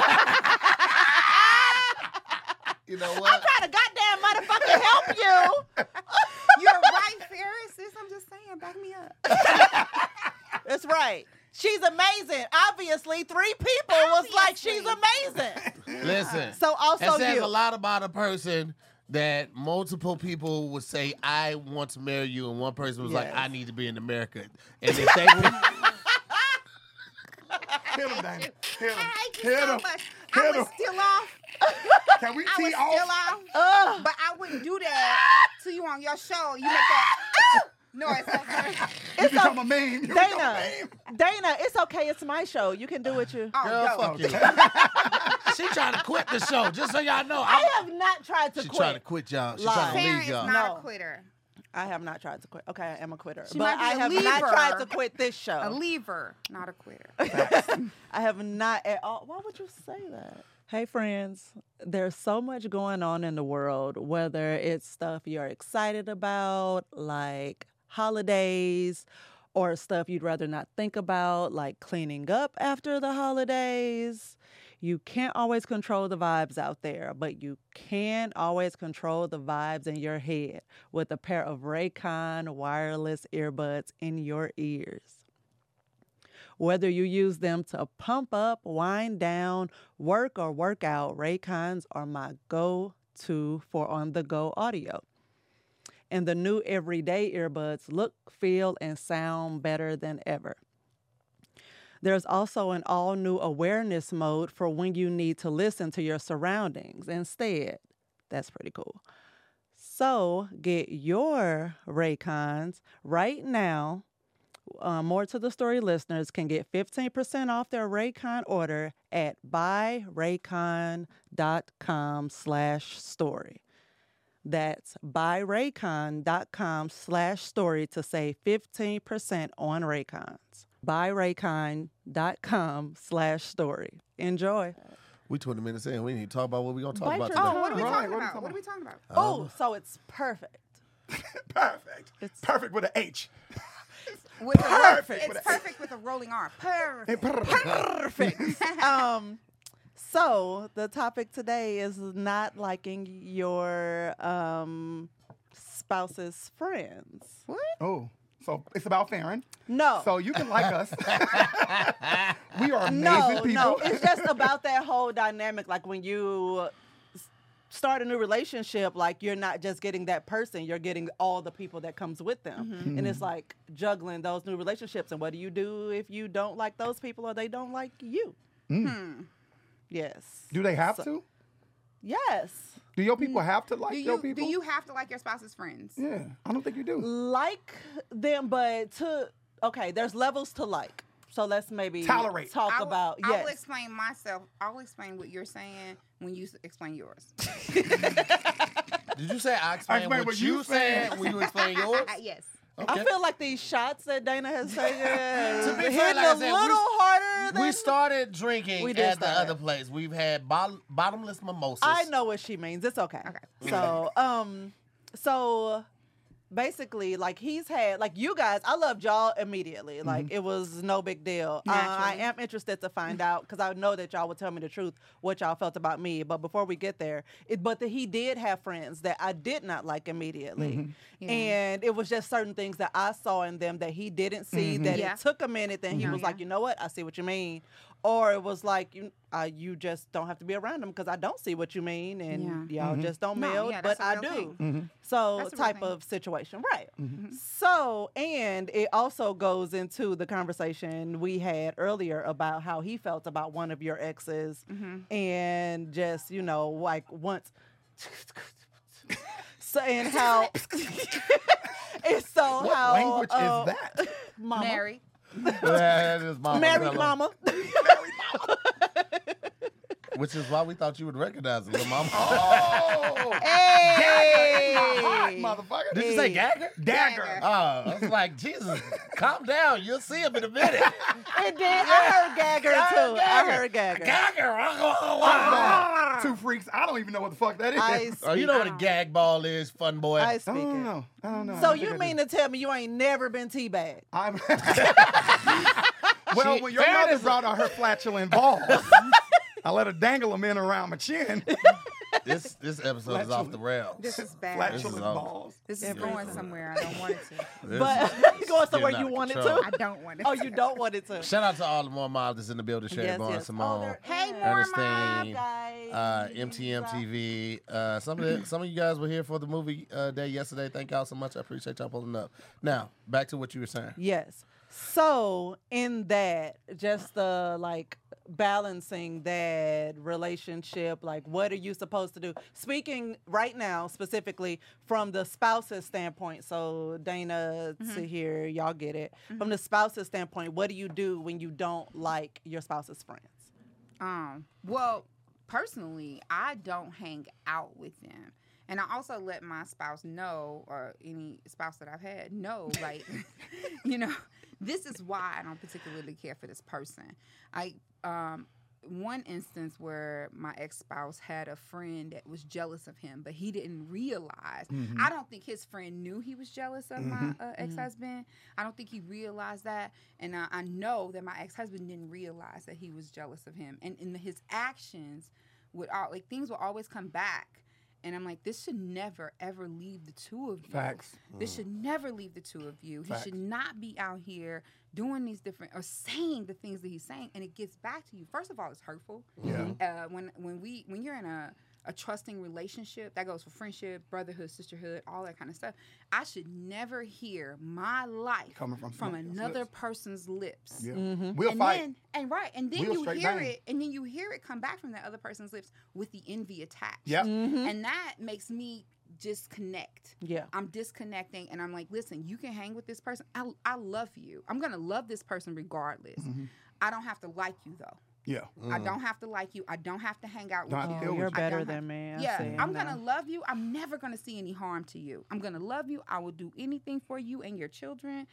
S1: You know what?
S2: trying to goddamn motherfucking help you.
S3: You're right, Ferris. Sis, I'm just saying, back me up.
S2: That's right. She's amazing. Obviously, three people was like, she's amazing.
S1: Listen.
S2: So also
S1: That says
S2: you.
S1: a lot about a person that multiple people would say, I want to marry you, and one person was like,
S2: Yes.
S1: I need to be in America. And if they would,
S4: Hit him, Dana. Hit him.
S3: I hate you
S4: Hit
S3: so
S4: him.
S3: much. I
S4: Hit
S3: was
S4: him.
S3: still off.
S4: Can we
S3: I was
S4: tee
S3: still
S4: off?
S3: off.
S2: Ugh.
S3: But I wouldn't do that to you on your show. You make that. "Ooh!" No, it's okay.
S4: You become a meme. You become
S2: Dana, Dana, it's okay. It's my show. You can do what you.
S3: Oh,
S1: Girl,
S3: yo.
S1: fuck you. she trying to quit the show, just so y'all know.
S2: I
S1: I'm-
S2: have not tried to
S1: she
S2: quit.
S1: trying to quit y'all. She
S2: Lie.
S1: trying to
S3: Sarah
S1: leave
S3: is
S1: y'all.
S3: not
S2: No.
S3: a quitter.
S2: I have not tried to quit. Okay, I am a quitter.
S3: She
S2: but
S3: might be
S2: I
S3: a
S2: have not tried to
S3: leaver.
S2: quit this show.
S3: A lever, not a quitter.
S2: I have not at all. Why would you say that? Hey, friends, there's so much going on in the world, whether it's stuff you're excited about, like holidays, or stuff you'd rather not think about, like cleaning up after the holidays. You can't always control the vibes out there, but you can always control the vibes in your head with a pair of Raycon wireless earbuds in your ears whether you use them to pump up, wind down, work or work out, Raycons are my go to for on the go audio. And the new everyday earbuds look, feel, and sound better than ever. There's also an all new awareness mode for when you need to listen to your surroundings instead. That's pretty cool. So get your Raycons right now uh, more to the story listeners can get 15% off their raycon order at buyraycon.com slash story that's buyraycon.com slash story to save 15% on raycons buyraycon.com slash story enjoy
S1: We 20 minutes in. We need to talk about what we gonna talk
S2: Bite
S1: about
S2: your
S1: today.
S3: Oh, what are we
S4: Right,
S3: talking
S4: what are we
S3: about? What
S4: talking
S3: are we talking about?
S2: oh so it's perfect
S4: perfect. perfect with an H.
S3: With a-
S4: Perfect.
S3: It's perfect with a rolling R. Perfect.
S2: perfect. um, so the topic today is not liking your um, spouse's friends.
S3: What?
S4: Oh, so it's about Farron.
S2: No.
S4: So you can like us. we are amazing
S2: no,
S4: people.
S2: no. It's just about that whole dynamic. Like when you s- start a new relationship, like you're not just getting that person, you're getting all the people that comes with them. And
S4: Mm-hmm.
S2: it's like juggling those new relationships. And what do you do if you don't like those people or they don't like you? Yes.
S4: Mm. Do they have
S2: So- Mm,
S4: to?
S2: Yes.
S4: Do your people have to like
S3: Do
S4: your
S3: you do
S4: people?
S3: you have to like your spouse's friends?
S4: Yeah, I don't think you do.
S2: like them, but to okay, there's levels to like. So let's maybe
S4: Tolerate.
S2: talk
S3: I will-
S2: about
S3: I will
S2: yes.
S3: explain myself. I will explain what you're saying when you s- explain yours.
S1: Did you say I explained
S4: explained
S1: what,
S4: what
S1: you
S4: you
S1: said? Will you explain yours?
S3: Uh, yes.
S2: I feel like these shots that Dana has taken
S1: To be
S2: hitting
S1: fair, like I
S2: a
S1: said, we-
S2: little harder than
S1: We started drinking
S2: We did
S1: at the
S2: start.
S1: other place. We've had bottom, bottomless mimosas.
S2: I know what she means. It's okay.
S3: Okay.
S2: So, um, so basically, like he's had like you guys. I loved y'all immediately. Like it was no big deal. Uh, I
S3: Mm-hmm. Naturally.
S2: am interested to find out because I know that y'all would tell me the truth what y'all felt about me. But before we get there, it, but that he did have friends that I did not like immediately,
S3: Mm-hmm.
S2: and it was just certain things that I saw in them that he didn't see. That
S3: Mm-hmm. Yeah.
S2: it took a minute. Then he was like, you know what? I see what you mean. Or it was like you, uh, you just don't have to be around them because I don't see what you mean, and
S3: Yeah.
S2: y'all
S4: Mm-hmm.
S2: just don't
S3: No,
S2: meld,
S3: yeah,
S2: but
S3: that's a
S2: I do.
S3: real thing.
S2: So
S3: That's a real
S2: type
S3: thing.
S2: of situation, right?
S4: Mm-hmm.
S2: So and it also goes into the conversation we had earlier about how he felt about one of your exes,
S3: Mm-hmm.
S2: and just you know like once. So and how it's so
S4: What
S2: how
S4: language
S2: uh,
S4: is that?
S2: Mama,
S3: Mary.
S1: Yeah, that is mama.
S2: married
S1: Hello.
S2: mama.
S1: Which is why we thought you would recognize it, little mama.
S4: Oh,
S2: hey,
S4: hot motherfucker.
S1: Did you say gagger?
S4: dagger?
S3: Dagger.
S1: Oh, I was like, Jesus, calm down. You'll see him in a minute.
S2: It did. I heard Gagger too. I heard Gagger.
S1: Gagger.
S4: Ah! Two freaks. I don't even know what the fuck that is.
S2: I
S1: Oh, you know what a gag ball is, fun boy.
S2: I
S4: I
S2: speak
S4: don't
S2: it.
S4: know. I don't know. I
S2: So
S4: don't
S2: you
S4: think I
S2: mean
S4: do.
S2: to tell me you ain't never been teabagged?
S4: I'm. well,
S1: She-
S4: when your
S1: Farron
S4: mother
S1: is a-
S4: brought out her flatulent balls, I let her dangle them in around my chin.
S1: This this episode is off the rails.
S3: This is bad.
S4: flatulent
S1: all-
S4: balls.
S3: This is going somewhere. I don't want it to.
S1: This
S2: But
S1: is-
S2: you going somewhere
S1: getting
S2: you
S1: out of
S2: wanted
S1: control.
S2: to?
S3: I don't want it.
S2: Oh,
S3: to.
S2: you don't want it to.
S1: Shout out to all the more moms that's in the building. Sherry
S2: Yes,
S1: Barnes,
S2: yes. Oh,
S1: Simone,
S2: they're- Hey,
S3: More
S1: Ernestine,
S2: guys.
S1: uh, MTM TV. Uh, some of the, some of you guys were here for the movie uh, day yesterday. Thank y'all so much. I appreciate y'all pulling up. Now back to what you were saying.
S2: Yes. So in that, just the like balancing that relationship? Like, what are you supposed to do? Speaking right now, specifically from the spouse's standpoint. So, Dana to here, y'all get it. From the spouse's standpoint, what do you do when you don't like your spouse's friends?
S3: Um, well, personally, I don't hang out with them. And I also let my spouse know, or any spouse that I've had know, like, you know, this is why I don't particularly care for this person. I, um, one instance where my ex spouse had a friend that was jealous of him, but he didn't realize.
S4: Mm-hmm.
S3: I don't think his friend knew he was jealous of my uh, ex husband.
S4: Mm-hmm.
S3: I don't think he realized that. And I, I know that my ex husband didn't realize that he was jealous of him. And, and his actions would all, like, things would always come back. And I'm like, this should never, ever leave the two of you.
S4: Facts. Mm.
S3: This should never leave the two of you.
S4: Facts.
S3: He should not be out here doing these different or saying the things that he's saying, and it gets back to you. First of all, it's hurtful.
S4: Yeah.
S3: Uh, when when we when you're in a a trusting relationship that goes for friendship, brotherhood, sisterhood, all that kind of stuff. I should never hear my life
S4: Coming from someone else's
S3: another
S4: lips.
S3: person's lips.
S4: Yeah. We'll
S3: Mm-hmm. and
S4: fight.
S3: then and right, and then
S4: We'll
S3: you
S4: straight
S3: hear
S4: bang.
S3: it, and then you hear it come back from that other person's lips with the envy attached.
S4: Yep.
S3: And that makes me disconnect.
S2: Yeah.
S3: I'm disconnecting and I'm like, listen, you can hang with this person. I, I love you. I'm going to love this person regardless.
S4: Mm-hmm.
S3: I don't have to like you though.
S4: Yeah.
S3: I don't have to like you. I don't have to hang out with
S4: Not
S3: you.
S4: Mm. I
S2: Oh,
S4: feel
S2: you're
S4: what you-
S3: I don't
S2: better
S3: have-
S2: than me. I see
S3: yeah,
S2: it
S3: I'm
S2: now.
S3: gonna love you. I'm never gonna see any harm to you. I'm gonna love you. I will do anything for you and your children.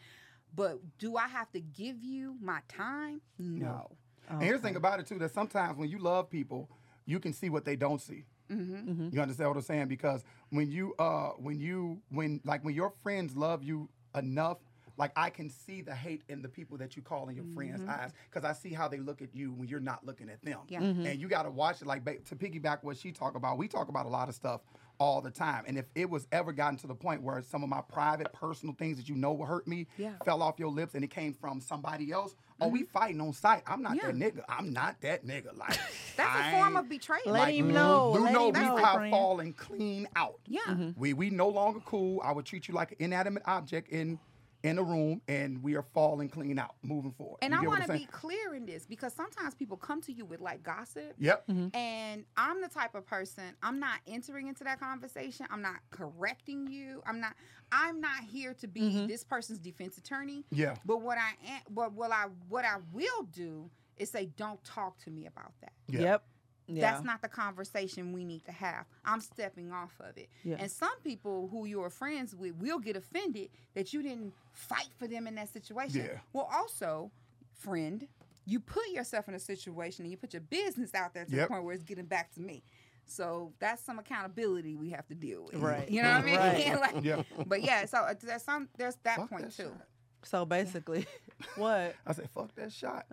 S3: But do I have to give you my time? No.
S4: And here's the thing about it too that sometimes when you love people, you can see what they don't see.
S3: Mm-hmm.
S4: You understand what I'm saying? Because when you, uh, when you, when like when your friends love you enough, like I can see the hate in the people that you call in your friends' eyes, because I see how they look at you when you're not looking at them.
S3: Mm-hmm. Yeah. Mm-hmm.
S4: And you got to watch it. Like ba- to piggyback what she talk about, we talk about a lot of stuff all the time. And if it was ever gotten to the point where some of my private, personal things that you know will hurt me
S3: Yeah. Mm-hmm.
S4: fell off your lips and it came from somebody else, oh, we fighting on sight. I'm not that
S3: Yeah.
S4: nigga. I'm not that nigga. Like
S3: That's
S4: I
S3: a form
S4: ain't-
S3: of betrayal.
S2: Let
S4: like,
S2: him know.
S4: You
S2: Let
S4: know
S2: him know,
S4: we have
S2: friend.
S4: fallen clean out. Mm-hmm.
S3: Yeah.
S4: We we no longer cool. I would treat you like an inanimate object in in a room, and we are falling clean out, moving forward.
S3: And
S4: You
S3: I
S4: get what
S3: want to
S4: I'm
S3: be
S4: saying?
S3: clear in this because sometimes people come to you with like gossip.
S4: Yep.
S3: And I'm the type of person, I'm not entering into that conversation. I'm not correcting you. I'm not I'm not here to be this person's defense attorney.
S4: Yeah.
S3: But what I am but what I what I will do is say don't talk to me about that.
S4: Yeah.
S2: Yep. Yeah.
S3: That's not the conversation we need to have. I'm stepping off of it.
S2: Yeah.
S3: And some people who you're friends with will get offended that you didn't fight for them in that situation.
S4: Yeah.
S3: Well, also, friend, you put yourself in a situation and you put your business out there to the
S4: Yep.
S3: point where it's getting back to me. So that's some accountability we have to deal with.
S2: Right.
S3: You know what I mean?
S2: Right.
S3: Like-
S4: Yeah.
S3: But yeah, so uh, there's some there's that
S4: Fuck
S3: point
S4: that
S3: too.
S4: shot.
S2: So basically, what?
S4: I said, fuck that shot.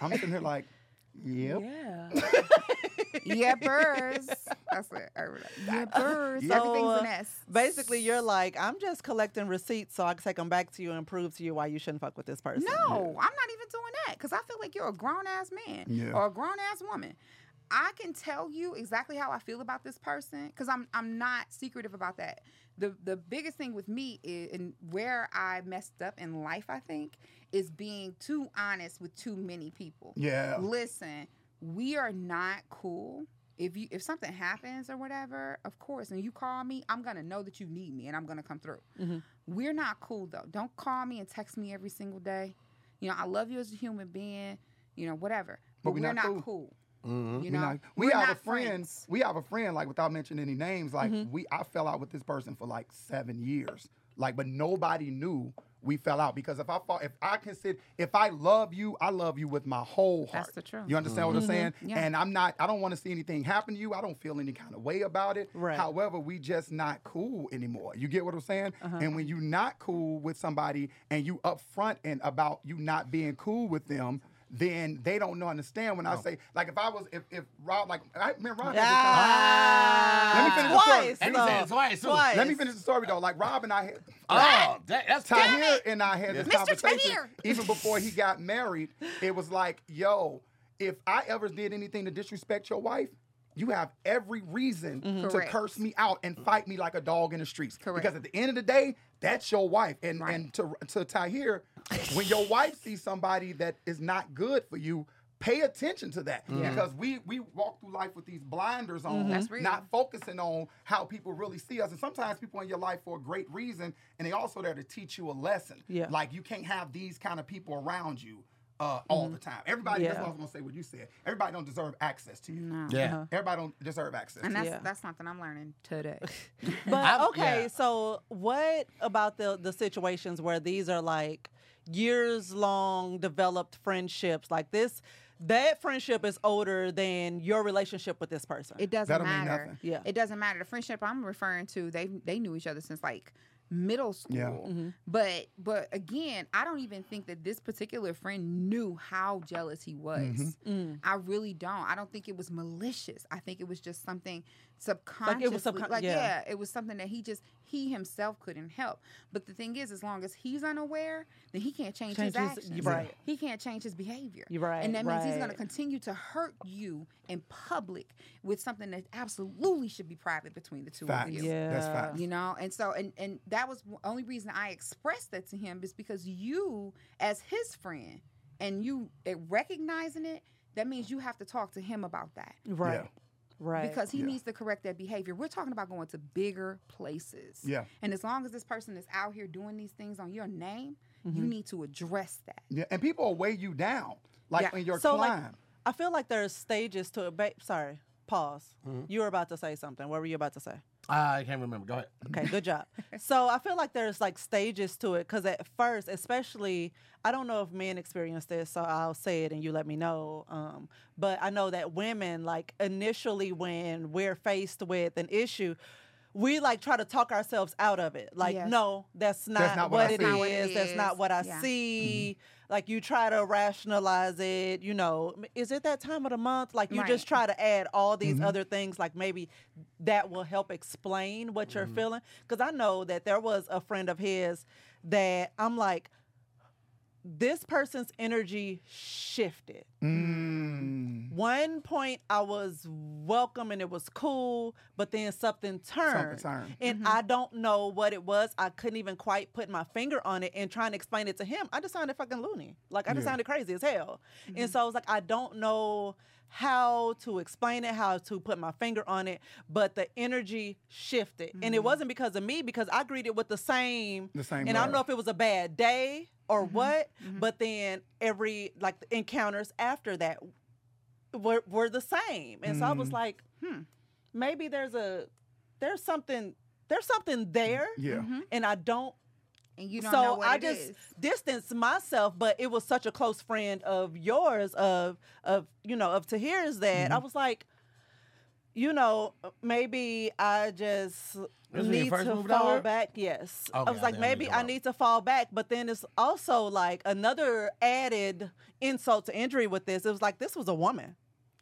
S4: I'm sitting here like, yep.
S2: Yeah.
S3: yeah, birds. That's it. Yeah, birds.
S2: So,
S3: Everything's
S2: uh,
S3: an S.
S2: Basically, you're like, I'm just collecting receipts so I can take them back to you and prove to you why you shouldn't fuck with this person.
S3: No, I'm not even doing that because I feel like you're a grown ass man
S4: Yeah.
S3: or a grown ass woman. I can tell you exactly how I feel about this person because I'm I'm not secretive about that. The the biggest thing with me is and where I messed up in life, I think, is being too honest with too many people.
S4: Yeah.
S3: Listen, we are not cool. If you if something happens or whatever, of course, and you call me, I'm gonna know that you need me and I'm gonna come through. We're not cool though. Don't call me and text me every single day. You know, I love you as a human being. You know, whatever. But, we're, not cool. You
S4: Mm-hmm. We
S3: know,
S4: not- we
S3: We're
S4: have
S3: not Mm-hmm.
S4: a friend. We have a friend. Like without mentioning any names, like we, I fell out with this person for like seven years. Like, but nobody knew we fell out because if I fall, if I consider, if I love you, I love you with my whole heart.
S3: That's the truth.
S4: You understand what I'm saying?
S3: Yeah.
S4: And I'm not. I don't want to see anything happen to you. I don't feel any kind of way about it.
S2: Right.
S4: However, we just not cool anymore. You get what I'm saying? And when you not cool with somebody and you upfront and about you not being cool with them, then they don't know understand when I say like if I was if, if Rob like I mean Rob. had
S2: Ah,
S4: Let me finish the story.
S2: twice.
S1: And he said
S2: though.
S1: twice, too.
S4: this- Let me finish the story though. Like Rob and I had
S1: Oh, that, that's time.
S4: Tahir and I had this
S3: Mr.
S4: conversation
S3: Tahir.
S4: even before he got married. It was like, yo, if I ever did anything to disrespect your wife, you have every reason to
S3: Mm-hmm. Correct.
S4: curse me out and fight me like a dog in the streets.
S3: Correct.
S4: Because at the end of the day, that's your wife. And
S3: Right.
S4: and to to Tahir, when your wife sees somebody that is not good for you, Pay attention to that because we we walk through life with these blinders on,
S3: Mm-hmm. That's real.
S4: not focusing on how people really see us. And sometimes people in your life for a great reason, and they also there to teach you a lesson.
S2: Yeah.
S4: Like you can't have these kind of people around you uh, all the time. Everybody, that's
S2: Mm-hmm. Yeah.
S4: what I was gonna say. What you said, everybody don't deserve access to you.
S1: Yeah.
S2: Uh-huh.
S4: Everybody don't deserve access.
S3: And
S4: to you.
S3: that's
S2: Yeah.
S3: that's something I'm learning today.
S2: But
S1: I'm-
S2: okay,
S1: yeah.
S2: so what about the the situations where these are like years long developed friendships? Like this, that friendship is older than your relationship with this person.
S3: It doesn't
S4: That'll mean
S3: matter.
S4: nothing.
S2: Yeah.
S3: It doesn't matter. The friendship I'm referring to, they they knew each other since like middle school.
S4: Yeah.
S2: Mm-hmm.
S3: But but again, I don't even think that this particular friend knew how jealous he was.
S4: Mm-hmm.
S2: Mm.
S3: I really don't. I don't think it was malicious. I think it was just something subconscious.
S2: subcon-
S3: like
S2: yeah.
S3: yeah, it was something that he just he himself couldn't help. But the thing is, as long as he's unaware, then he can't change,
S2: Change
S3: his
S2: his-
S3: actions.
S2: right.
S3: He can't change his behavior.
S2: You're right,
S3: And that means he's gonna
S2: right.
S3: continue to hurt you in public with something that absolutely should be private between the two
S4: Facts.
S3: of you.
S2: Yeah.
S4: That's facts.
S3: You know, and so and and that was the only reason I expressed that to him is because you, as his friend, and you eh, recognizing it, that means you have to talk to him about that
S2: right,
S4: Yeah.
S2: right.
S3: because he
S4: Yeah.
S3: needs to correct that behavior. We're talking about going to bigger places.
S4: Yeah.
S3: And as long as this person is out here doing these things on your name,
S2: Mm-hmm.
S3: you need to address that.
S4: Yeah, and people will weigh you down, like
S3: Yeah.
S4: in your
S2: so like,
S4: climb.
S2: I feel like there's stages to it. Ba- sorry, pause. You were about to say something. What were you about to say?
S1: I can't remember. Go ahead.
S2: Okay, good job. So I feel like there's like stages to it because at first, especially, I don't know if men experience this, so I'll say it and you let me know. Um, but I know that women, like initially, when we're faced with an issue, we like try to talk ourselves out of it. Like,
S3: Yes.
S2: no, that's not,
S4: not
S2: what,
S4: what I
S2: it is.
S4: see. Not what
S3: it
S2: That's not
S3: is.
S2: what I
S3: Yeah. Mm-hmm.
S2: see. Like you try to rationalize it, you know. m- Is it that time of the month? Like you just try try
S3: Right.
S2: to add all these
S4: Mm-hmm.
S2: other things like maybe that will help explain what you're feeling because i know that there was a friend of his that i'm like this person's energy shifted
S4: Mm.
S2: one point i was welcome and it was cool but then something turned, Mm-hmm.
S4: turned.
S2: and i don't know what it was i couldn't even quite put my finger on it and trying to explain it to him i just sounded fucking loony like i just
S4: Yeah.
S2: sounded crazy as hell
S3: Mm-hmm.
S2: and so i was like i don't know how to explain it how to put my finger on it but the energy shifted and it wasn't because of me because i greeted with the same
S4: The same
S2: and i don't
S4: love.
S2: know if it was a bad day or what but then every like the encounters after that were, were the same. And so I was like, hmm, maybe there's a there's something there's something there.
S4: Yeah.
S2: And I don't
S3: Mm-hmm. And you don't
S2: so
S3: know what
S2: I
S3: it
S2: just
S3: is.
S2: distanced myself, but it was such a close friend of yours, of of you know, of Tahir's that
S1: Mm-hmm.
S2: I was like, you know, maybe I just
S1: when you
S2: need
S1: first
S2: to
S1: moved
S2: fall
S1: over?
S2: back. Yes, I
S1: Okay,
S2: was
S1: I
S2: like,
S1: think I know
S2: maybe
S1: you're
S2: I
S1: right.
S2: need to fall back, but then it's also like another added insult to injury with this. It was like this was a woman.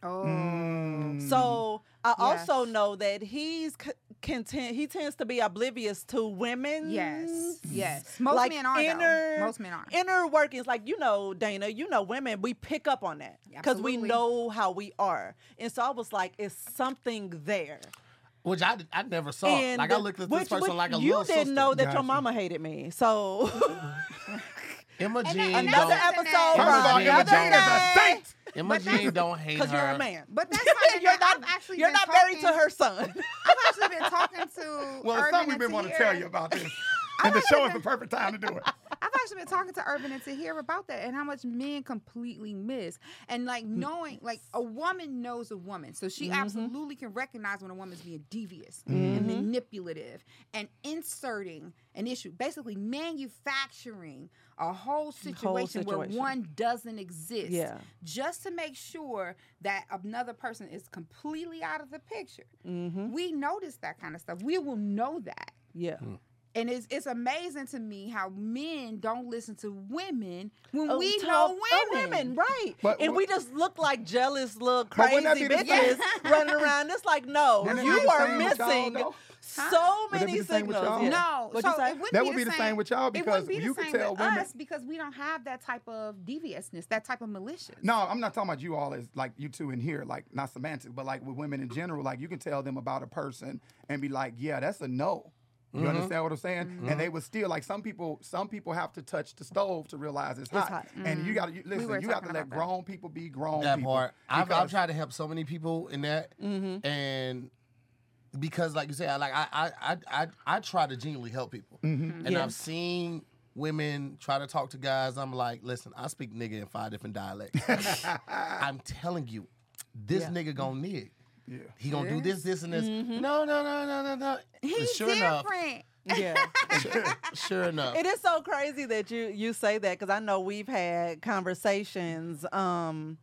S3: Oh.
S2: Mm-hmm.
S4: Mm.
S2: So
S1: Mm-hmm.
S2: I also
S3: Yes.
S2: know that he's c- content. He tends to be oblivious to women.
S3: Yes. Yes. Most men are though. Most men are.
S2: Inner workings, like you know, Dana. You know, women. We pick up on that because we
S3: Absolutely.
S2: know how we are. And so I was like, "It's something there."
S1: Which I, I never saw.
S2: and
S1: like I looked at this
S2: which-
S1: person
S2: which
S1: like a
S2: you
S1: little
S2: didn't
S1: sister.
S2: know that your
S4: Gotcha.
S2: mama hated me. So
S1: Emma Jean.
S3: and
S1: don't-
S2: another
S3: that's
S2: episode,
S3: First
S4: First of all,
S1: Imogene
S4: Emma
S1: Jones
S4: Jane is a
S2: Because
S4: saint.
S1: Emma Jean don't hate her.
S2: you're a man.
S3: But that's something
S2: you're
S3: that
S2: not.
S3: I've actually
S2: You're
S3: been
S2: not married to
S3: talking-
S2: her son.
S3: I've actually been talking to
S4: Well, it's
S3: Urban
S4: something we've
S3: and
S4: been wanting to
S3: Tahir.
S4: tell you about this. and the show is the perfect time to do it.
S3: I've actually been talking to Urban and Tahir about that and how much men completely miss. And like knowing, like a woman knows a woman. So she absolutely can recognize when a woman's being devious and manipulative and inserting an issue, basically manufacturing a whole situation,
S2: situation.
S3: where one doesn't exist.
S2: Yeah.
S3: Just to make sure that another person is completely out of the picture. We notice that kind of stuff. We will know that
S2: yeah.
S4: Hmm.
S3: and it's it's amazing to me how men don't listen to women when
S2: Oh,
S3: we
S2: to
S3: know
S2: all
S3: women.
S2: right?
S4: But
S2: and
S4: wh-
S2: we just look like jealous little
S4: But
S2: crazy
S4: wouldn't that be the
S2: bitches running around. It's like, no,
S4: Wouldn't that be
S2: you
S4: the
S2: are
S4: same with y'all,
S2: missing
S4: though?
S2: so
S4: Would that be
S2: many
S4: the same with
S2: signals.
S4: y'all?
S2: Yeah.
S3: No,
S2: What'd
S3: so
S2: you say?
S3: it wouldn't
S4: That
S3: be
S4: would
S3: the
S4: be the
S3: same
S4: same with y'all
S3: it wouldn't
S4: because
S3: be the
S4: you could
S3: same
S4: tell
S3: with
S4: women-
S3: us because we don't have that type of deviousness, that type of malicious.
S4: No, I'm not talking about you all as like you two in here, like not semantics, but like with women in general, like you can tell them about a person and be like, yeah, that's a no. You
S1: Mm-hmm.
S4: understand what I'm saying? And they would still like some people. Some people have to touch the stove to realize it's hot.
S2: hot.
S4: And you got to listen.
S3: Mm-hmm. were
S4: you got
S3: talking
S4: to let
S3: about that.
S4: grown people be grown.
S1: that
S4: people
S1: part. I've, I've
S4: because-
S1: tried to help so many people in that,
S2: Mm-hmm.
S1: and because, like you said, I- like I I I I, I try to genuinely help people,
S4: Mm-hmm.
S1: and I've
S2: Yes.
S1: seen women try to talk to guys. I'm like, listen, I speak nigga in five different dialects. I'm telling you, this
S2: Yeah. Mm-hmm.
S1: nigga gonna nig.
S4: Yeah.
S1: He gonna do this, this, and this. No, no, no, no, no, no.
S3: He's
S1: sure
S3: different.
S2: Yeah.
S1: enough, sure enough,
S2: It is so crazy that you you say that because I know we've had conversations, um,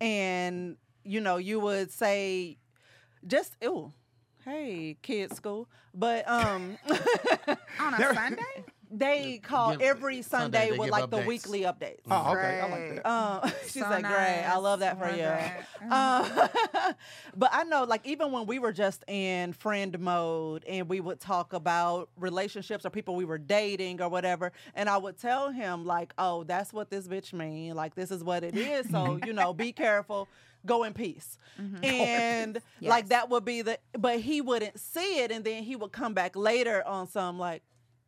S2: and you know you would say, just ew, hey, kids school, but um,
S3: On a
S4: There-
S3: Sunday?
S2: they call
S1: Give-
S2: every
S1: Sunday
S2: Sunday
S1: they
S2: with
S1: give
S2: like the
S1: updates. Mm-hmm.
S2: weekly updates.
S4: Oh, okay. I like
S3: Right.
S4: that.
S2: Um, she's
S3: So
S2: like, great. I
S3: nice. Mm-hmm.
S2: love that for
S3: Love
S2: you.
S3: that.
S2: Um, but I know, like, even when we were just in friend mode and we would talk about relationships or people we were dating or whatever, and I would tell him, like, oh, that's what this bitch mean. Like, this is what it is. So, you know, be careful. Go in peace. And like,
S3: Mm-hmm. Yes.
S2: that would be the, but he wouldn't see it. And then he would come back later on some, like,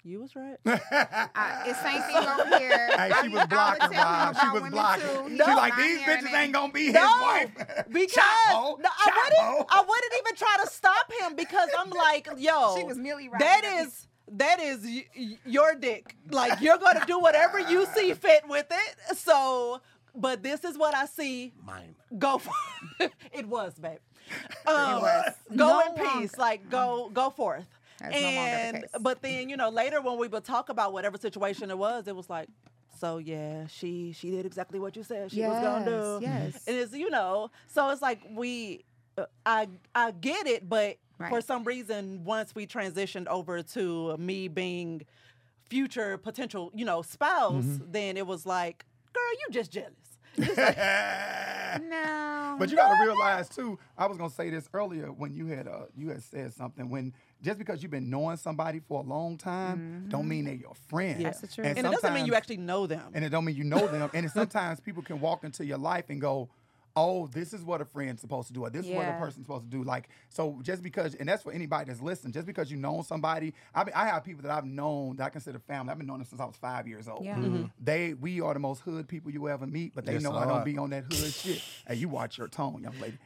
S2: you was right.
S3: I, it's same thing over here.
S4: Hey,
S3: I
S4: she
S3: be-
S4: was
S3: I would
S4: blocking,
S3: tell him
S4: Bob. She
S3: about
S4: was
S3: women,
S4: blocking.
S3: too.
S4: She
S3: He's
S4: like,
S3: not
S4: these
S3: hearing
S4: bitches
S3: it."
S4: ain't gonna be his
S2: No,
S4: wife.
S2: because
S4: Chapo,
S2: no, I
S4: Chapo.
S2: wouldn't. I wouldn't even try to stop him because I'm like, yo,
S3: She was merely right.
S2: that is that is y- y- your dick. Like you're gonna do whatever you see fit with it. So, but this is what I see.
S1: mine.
S2: Go for it. was, babe. Um,
S3: was.
S2: Go
S3: No
S2: in peace.
S3: longer.
S2: Like go go forth.
S3: That's no longer the
S2: and
S3: case.
S2: but then you know later when we would talk about whatever situation it was, it was like. So yeah, she she did exactly what you said she was gonna do.
S3: Yes.
S2: And it's you know, so it's like we, uh, I I get it, but for
S3: Right.
S2: some reason, once we transitioned over to me being future potential, you know, spouse,
S3: Mm-hmm.
S2: then it was like, girl, you just jealous.
S3: No.
S4: But you got to realize too. I was gonna say this earlier when you had uh, you had said something. When just because you've been knowing somebody for a long time, don't mean they're your friend.
S2: Mm-hmm. That's
S3: the truth.
S2: And, it doesn't mean you
S4: sometimes-
S2: actually know them.
S4: and it don't mean you know them. and it, sometimes people can walk into your life and go, "Oh, this is what a friend's supposed to do, or this is what
S3: Yeah.
S4: a person's supposed to do." Like so, just because, and that's for anybody that's listening. Just because you know somebody, I mean, I have people that I've known that I consider family. I've been knowing them since I was five years old.
S3: Yeah. Mhm.
S4: They, we are the most hood people you ever meet, but they
S1: Mm-hmm. Yes,
S4: know I
S1: they
S4: don't
S1: are.
S4: be on that hood shit. Hey, you watch your tone, young lady.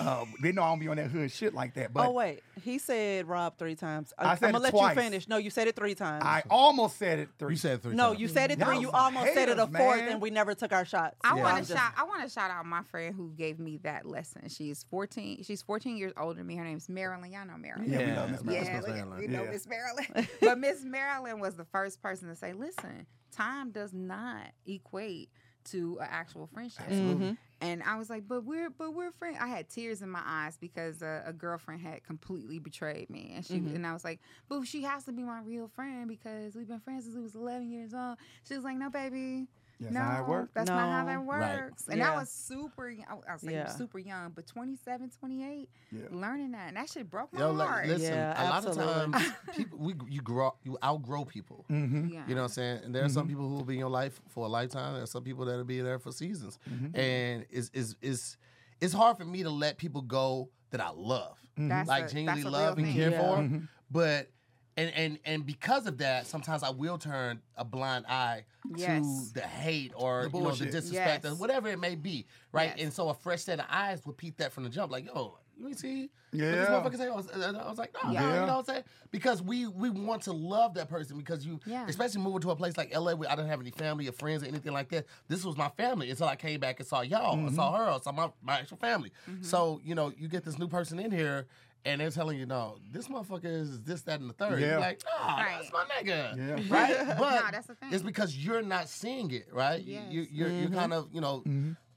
S4: uh, they know I don't be on that hood shit like that. But
S2: oh wait, he said Rob three times. I,
S4: I
S2: am
S4: said
S2: gonna
S4: it
S2: let
S4: twice.
S2: you finish. No, you said it three times.
S4: I almost said it three.
S1: You said three.
S2: no,
S1: times.
S2: you said it
S4: Y'all
S2: three. You
S4: some
S2: almost said it a
S4: haters,
S2: fourth,
S4: man.
S2: and we never took our shots.
S3: I
S1: Yeah.
S3: want
S2: I'm
S3: to
S2: just-
S3: shout. I want to shout out my friend who gave me that lesson. She's 14. She's 14 years older than me. Her name's Marilyn. Y'all know Marilyn.
S4: Yeah, we
S1: Yeah.
S4: love Miss Marilyn.
S1: Miss
S3: Yeah, look at-
S1: Marilyn.
S3: we know
S4: Yeah.
S3: Miss Marilyn. but Miss Marilyn was the first person to say, "Listen, time does not equate to an actual friendship."
S2: Mm-hmm.
S3: And I was like, "But we're but we're friends." I had tears in my eyes because a, a girlfriend had completely betrayed me, and she
S2: Mm-hmm.
S3: and I was like, "But she has to be my real friend because we've been friends since we was 11 years old." She was like, "No, baby."
S4: That's
S3: no,
S4: not how it works.
S3: that's not how
S2: No.
S3: that
S1: Right.
S3: works. And I
S2: Yeah.
S3: was super, I I was like
S2: Yeah.
S3: super young, but 27, 28,
S4: Yeah.
S3: learning that. And that shit broke my
S1: Yo,
S3: heart.
S1: like, listen.
S2: Yeah,
S1: a lot of
S2: absolutely.
S1: times, people we you grow you outgrow people.
S4: Mm-hmm.
S3: Yeah.
S1: You know what I'm saying? And there are some people who will be in your life for a lifetime, and some people that'll be there for seasons. And it's, it's it's it's hard for me to let people go that I love,
S3: That's a-
S1: like
S3: that's
S1: genuinely
S3: a
S1: love
S3: real
S1: and care
S3: thing.
S1: for. But and and and because of that, sometimes I will turn a blind eye
S3: Yes.
S1: to the hate or
S4: The
S1: you know, the
S4: bullshit.
S1: disrespect or
S3: Yes.
S1: whatever it may be, right?
S3: Yes.
S1: And so a fresh set of eyes would peep that from the jump, like yo. You ain't see what
S4: Yeah.
S1: this motherfucker say? I was, I was like, no,
S3: Yeah.
S1: you know what I'm saying? Because we we want to love that person because you,
S3: Yeah.
S1: especially moving to a place like LA where I didn't have any family or friends or anything like that. This was my family until I came back and saw y'all. I saw
S4: Mm-hmm.
S1: her. I saw my, my actual family.
S3: Mm-hmm.
S1: So, you know, you get this new person in here and they're telling you, no, this motherfucker is this, that, and the third.
S4: Yeah.
S1: You're like, nah,
S3: Right.
S1: that's my nigga.
S4: Yeah.
S1: Right? But
S3: Nah, that's the thing.
S1: it's because you're not seeing it, right? You- You,
S3: Yes.
S1: you're,
S4: Mm-hmm.
S1: you're kind of, you know,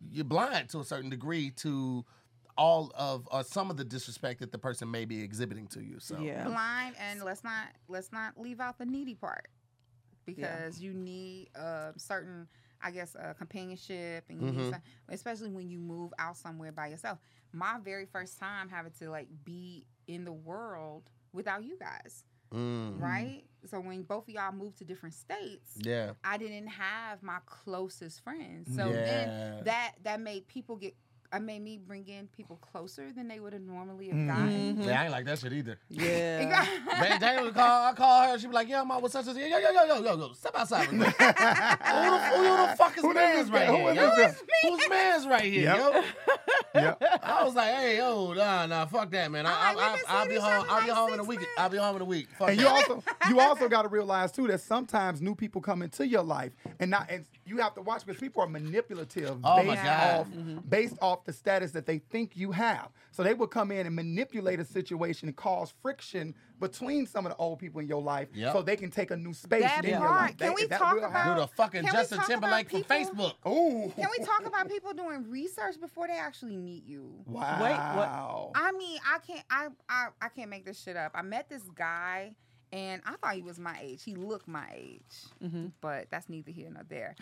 S1: you're blind to a certain degree to all of or some of the disrespect that the person may be exhibiting to you. So
S2: yeah.
S3: Blind and let's not let's not leave out the needy part because you need a certain, I guess, uh, companionship and you
S1: Mm-hmm.
S3: need some, especially when you move out somewhere by yourself. My very first time having to like be in the world without you guys,
S1: Mm.
S3: right? So when both of y'all moved to different states,
S1: Yeah.
S3: I didn't have my closest friends. So
S1: Yeah.
S3: then that that made people get I made me bring in people closer than they would have normally
S1: Mm-hmm.
S3: have gotten.
S1: Yeah, I ain't like that shit either.
S2: Yeah.
S1: Man, Dana would call. I call her. She'd be like, "Yeah, mom, what's such as yo, yo, yo, yo, yo, yo, step outside with me. who, the,
S4: Mm-hmm.
S1: who the fuck is
S4: Who that
S1: man's
S4: is
S1: right
S4: that? Who
S1: here?
S4: is
S1: yo?
S4: this?
S1: Who's man's right here?
S4: Yep.
S1: Yo,
S4: Yep.
S1: I was like, "Hey, yo, nah, nah, fuck that, man. I,
S3: I'm like,
S1: I, I,
S3: we've been
S1: I'll
S3: seeing
S1: be
S3: each
S1: home.
S3: other
S1: I'll be
S3: like
S1: home in a
S3: six
S1: week.
S3: months.
S1: I'll be home in a week. Fuck
S4: And you
S1: that.
S4: also you also got to realize too that sometimes new people come into your life and not and you have to watch because people are manipulative
S1: Oh, my
S4: based
S1: God.
S4: off based off the status that they think you have. So they will come in and manipulate a situation and cause friction between some of the old people in your life
S1: Yep.
S4: so they can take a new space
S3: That
S4: in your
S3: part.
S4: life.
S3: Can
S4: That-
S3: we
S4: that
S3: talk
S4: will
S3: about-
S4: happen.
S1: Dude, a fucking
S3: Can we
S1: Justin
S3: talk
S1: Timberlake from
S3: about
S1: Facebook.
S3: people?
S4: Ooh.
S3: Can we talk about people doing research before they actually meet you?
S4: Wow.
S3: I mean, I can't. I, I I can't make this shit up. I met this guy, and I thought he was my age. He looked my age, but that's neither here nor there.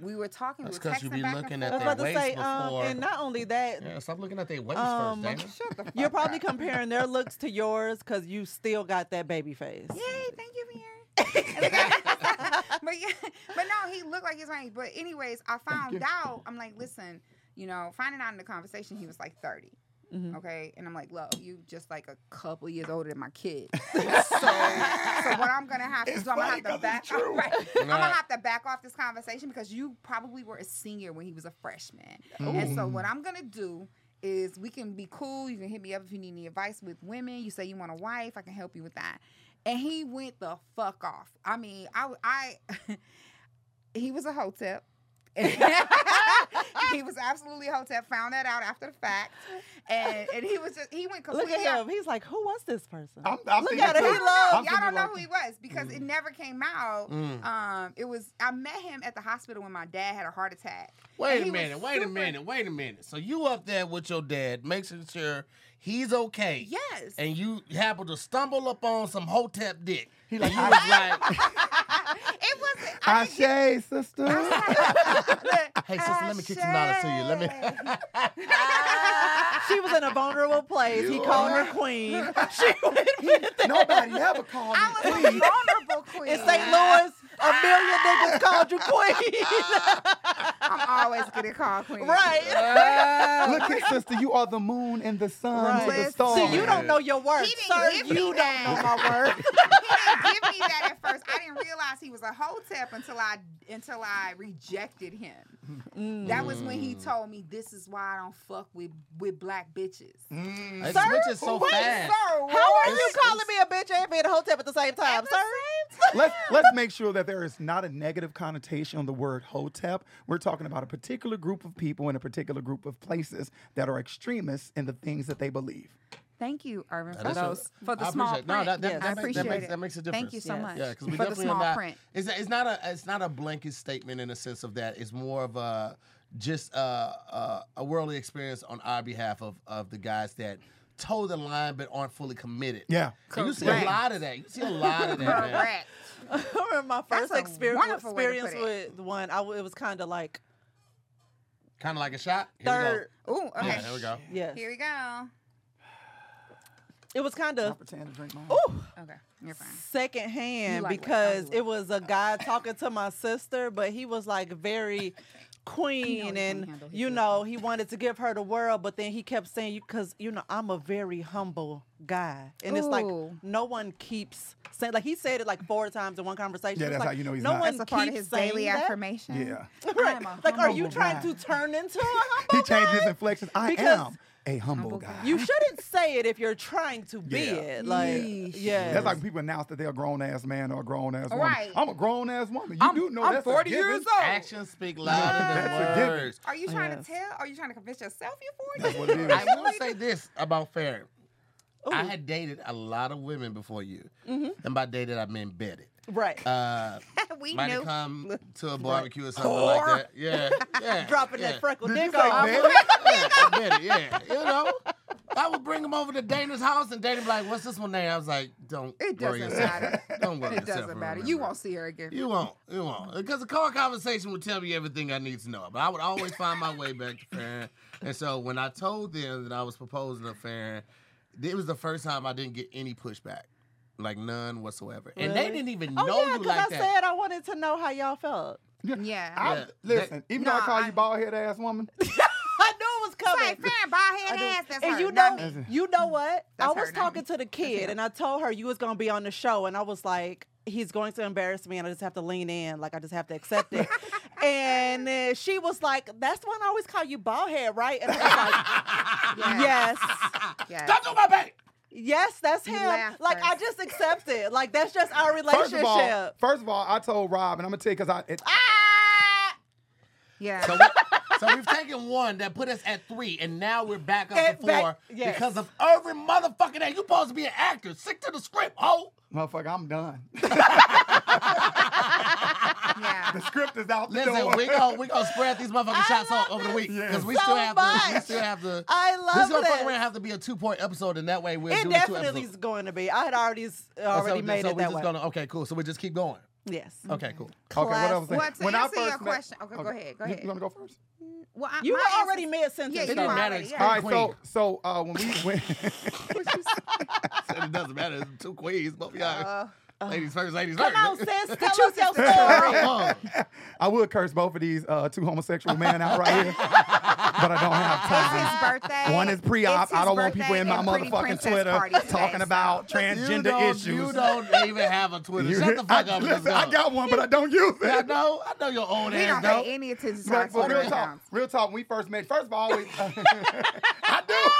S3: We were talking.
S1: That's
S3: we were
S1: 'cause you
S3: texting
S1: be
S3: back
S1: looking
S3: and
S1: at
S2: I was
S3: forth.
S1: their
S2: about to say,
S1: waist
S2: um,
S1: before-
S2: and not only that,
S1: Yeah, stop looking at their waist
S2: Um,
S1: first, Dana.
S3: Shut the fuck
S2: you're probably
S3: up.
S2: comparing their looks to yours because you still got that baby face.
S3: Yay! Thank you, Mary. but yeah, but no, he looked like his age. But anyways, I found out. I'm like, listen, you know, finding out in the conversation, he was like 30.
S4: Mm-hmm.
S3: Okay, and I'm like, look, you just like a couple years older than my kid. so, so what I'm gonna have to
S4: It's
S3: do, I'm gonna have
S4: funny
S3: to
S4: 'cause
S3: back.
S4: it's true.
S3: Right. I'm gonna
S1: Right.
S3: have to back off this conversation because you probably were a senior when he was a freshman. And so what I'm gonna do is we can be cool. You can hit me up if you need any advice with women. You say you want a wife, I can help you with that. And he went the fuck off. I mean, I, I he was a hotep. he was absolutely a hotep. Found that out after the fact, and and he was just he went
S2: Look
S3: completely.
S2: at
S3: out-
S2: him. He's like, who was this person?
S4: I'm, I'm
S2: Look
S4: thinking
S2: at it.
S4: too.
S2: He loves.
S3: Y'all
S4: I'm thinking
S3: don't know
S4: like-
S3: who he was because it never came out.
S1: Mm.
S3: Um, it was I met him at the hospital when my dad had a heart attack. And
S1: Wait
S3: he
S1: a
S3: was
S1: minute, wait a
S3: super-
S1: minute, wait a minute. So you up there with your dad, making sure he's okay.
S3: Yes.
S1: And you happen to stumble upon some hotep dick.
S4: He
S1: He
S4: like,
S1: like, you was like,
S3: it wasn't. I didn't get-
S4: Ashe, sister.
S3: Look,
S1: hey sister, let me kick some dollars to you. Let
S3: Ashay.
S1: me
S2: she was in a vulnerable place. He called her queen.
S4: Nobody ever called me.
S3: I was a vulnerable queen.
S2: In St. Louis, a million niggas called you queen.
S3: I'm always getting called queen.
S2: right.
S4: Look at sister, you are the moon and the sun to
S2: Right.
S4: the stars.
S2: See, you don't know your worth.
S3: He didn't
S2: Sir,
S3: give
S2: you
S3: me
S2: don't
S3: that.
S2: know my worth.
S3: he didn't give me that at first. I didn't realize he was a hotep until I until I rejected him. That was when he told me this is why I don't fuck with with black bitches.
S1: It
S2: Sir,
S1: switches so
S3: Wait,
S1: fast.
S3: sir, what?
S2: How are you calling me a bitch and being a hotep at the same time,
S3: the
S2: sir?
S4: Let's let's make sure that there is not a negative connotation on the word hotep. We're talking about a particular group of people in a particular group of places that are extremists in the things that they believe.
S3: Thank you, Irvin, for
S1: Now, that's
S3: those
S1: a-
S3: for the
S1: I
S3: small
S1: appreciate-
S3: print.
S1: No, that, that,
S2: Yes.
S1: that
S3: I
S1: makes,
S3: appreciate
S1: that makes,
S3: it.
S1: that makes a difference.
S3: Thank you so
S2: Yes.
S3: much
S1: Yeah, because we
S3: for the
S1: definitely
S3: small
S1: are not.
S3: print.
S1: It's, it's not a it's not a blanket statement in the sense of that. It's more of a just a, a, a worldly experience on our behalf of of the guys that toe the line but aren't fully committed.
S4: Yeah.
S1: And you see
S3: Correct.
S1: a lot of that. You see a lot of that. man.
S3: Correct.
S2: I remember my
S3: That's
S2: first
S3: a
S2: experience,
S3: wonderful way to put
S2: experience with one. I w- it was kind of like
S1: Kind of like a shot. Here we go.
S2: third.
S3: Ooh, okay.
S1: Yeah, here we go.
S2: Yes,
S3: Here we go.
S2: it was kind of
S4: pretend to drink mine.
S3: Okay, you're fine.
S2: secondhand
S3: You like what
S2: because
S3: I like.
S2: it was a guy talking to my sister, but he was like very
S3: You know he
S2: queen
S3: can't
S2: and
S3: handle his
S2: you know he wanted to give her the world but then he kept saying you because you know i'm a very humble guy and it's like
S3: Ooh.
S2: no one keeps saying like he said it like four times in one conversation
S4: Yeah,
S2: It's
S4: that's
S2: like,
S4: how you know he's
S2: no
S4: not.
S2: one
S3: That's a part of
S2: keeps
S3: his daily
S2: saying that.
S3: affirmation.
S4: Yeah.
S2: right.
S3: I'm a
S2: like are you
S4: humble
S2: trying
S4: guy.
S2: to turn into a humble
S4: He changed his
S2: guy?
S4: inflections. I
S2: Because-
S4: am a humble,
S3: Humble
S4: guy.
S3: guy.
S2: You shouldn't say it if you're trying to be
S4: Yeah.
S2: it. Like,
S3: Yeesh.
S2: yeah,
S4: that's like people announce that they're a grown ass man or a grown ass woman.
S3: Right.
S4: I'm a grown ass woman. You do know
S3: I'm
S4: that's
S3: 40
S4: a given.
S3: years old.
S1: Actions speak louder
S4: That's a
S1: than
S4: given.
S1: words.
S3: Are you trying
S2: Yes.
S3: to tell? Are you trying to convince yourself you're
S4: That's
S3: 40?
S4: what it is.
S1: I will say this about Farron.
S3: Oh.
S1: I
S2: Ooh.
S1: had dated a lot of women before you,
S3: Mm-hmm.
S1: and by dated I meant Betty.
S2: right.
S1: Uh,
S3: we
S1: might
S3: knew.
S1: have come to a barbecue or something like that. Yeah, yeah.
S2: Dropping
S1: yeah.
S2: that freckled
S4: Did you
S2: dick
S4: say
S2: off.
S4: Betty?
S1: Yeah, I bet it, yeah. You know, I would bring him over to Dana's house, and Dana be like, "What's this one name?" I was like, "Don't
S3: It
S1: worry
S3: doesn't
S1: yourself.
S3: matter.
S1: Don't worry
S3: It
S1: yourself.
S3: doesn't matter.
S1: remember
S3: You
S1: it.
S3: won't see her again.
S1: You won't. You won't.
S2: Mm-hmm.
S1: Because the car conversation would tell me everything I need to know. But I would always find my way back to Farron. And so when I told them that I was proposing to Farron, it was the first time I didn't get any pushback. Like none whatsoever. And they
S2: Really?
S1: didn't even
S2: Oh
S1: know
S2: yeah,
S1: you
S2: because
S1: like
S2: I
S1: that.
S2: said I wanted to know how y'all felt.
S3: Yeah.
S4: I-
S1: Yeah.
S4: listen, even though I
S3: Nah,
S4: call
S3: I-
S4: you bald head ass woman,
S2: I knew it was was coming.
S3: Say, fair, bald head ass. That's
S2: and
S3: her,
S2: you know,
S3: not me.
S2: you know what?
S3: That's
S2: I
S3: her,
S2: was
S3: not
S2: talking
S3: me.
S2: to the kid, and I told her you was gonna be on the show, and I was like, he's going to embarrass me, and I just have to lean in, like I just have to accept it. and uh, she was like, "That's when I always call you bald head, right?" And I was like, "Yes,
S3: yes.
S1: Don't do my back.
S2: yes, that's
S3: You
S2: him."
S3: laughed
S2: Like I
S3: first.
S2: just accept it. Like that's just our
S4: First of all,
S2: relationship.
S4: first of all, I told Rob, and I'm gonna tell you because I it,
S2: Ah!
S3: Yeah.
S1: So, we, so we've taken one that put us at three, and now we're back up
S2: At
S1: to
S2: back-
S1: four
S2: yes.
S1: because of every motherfucking day. You supposed to be an actor. Stick to the script, oh.
S4: motherfucker, I'm done.
S3: yeah.
S4: the script is out the
S1: Listen,
S4: door.
S1: we gonna we gonna spread these motherfucking shots out over the week
S4: Yes.
S1: because we
S2: so
S1: still have to we
S2: much.
S1: still have to.
S2: I
S1: this is
S2: love
S1: gonna
S2: this.
S1: fuck around have to be a two point episode, and that way we'll
S2: It
S1: do the two
S2: definitely
S1: episodes.
S2: is going to be. I had already s- already
S1: so,
S2: made
S1: so
S2: it
S1: we
S2: that
S1: just
S2: way. Mm-hmm.
S1: Gonna, okay, cool. So we just keep going.
S2: Yes.
S1: Okay, cool.
S4: Okay, what I
S2: Classic.
S3: Well,
S4: was saying.
S3: to answer your question- okay, go ahead, go
S4: You-
S3: ahead.
S4: You want to go first?
S3: Well, I,
S2: You
S3: my
S2: were already
S3: answer's-
S2: mid sentence.
S3: Yeah,
S1: It
S3: you
S1: didn't
S3: were
S1: matter.
S3: already.
S1: It's
S4: All
S3: Yeah.
S4: right, so so uh, when we when
S1: Said it doesn't matter. It's two queens, both of y'all. ladies first, ladies
S2: Come on,
S1: first.
S2: sis, tell us your story.
S4: I would curse both of these uh, two homosexual men out right here, but I don't have
S3: It's
S4: time.
S3: his birthday.
S4: One is pre-op.
S3: It's his
S4: I don't want people
S3: birthday
S4: in my
S3: and Pretty
S4: motherfucking
S3: Princess
S4: Twitter
S3: party today,
S4: talking
S3: so-
S1: you
S4: about transgender
S1: don't,
S4: issues.
S1: You don't even have a Twitter.
S4: You-
S1: Shut the fuck
S4: I,
S1: up. and just
S4: Listen, I
S1: go.
S4: got one, but I don't use it.
S1: I know. I know your old
S3: We
S1: ass.
S3: don't
S1: though.
S3: pay any attention to our
S4: But, but
S3: Twitter
S4: real talk,
S3: accounts.
S4: real talk. When we first met, first of all, we, I do.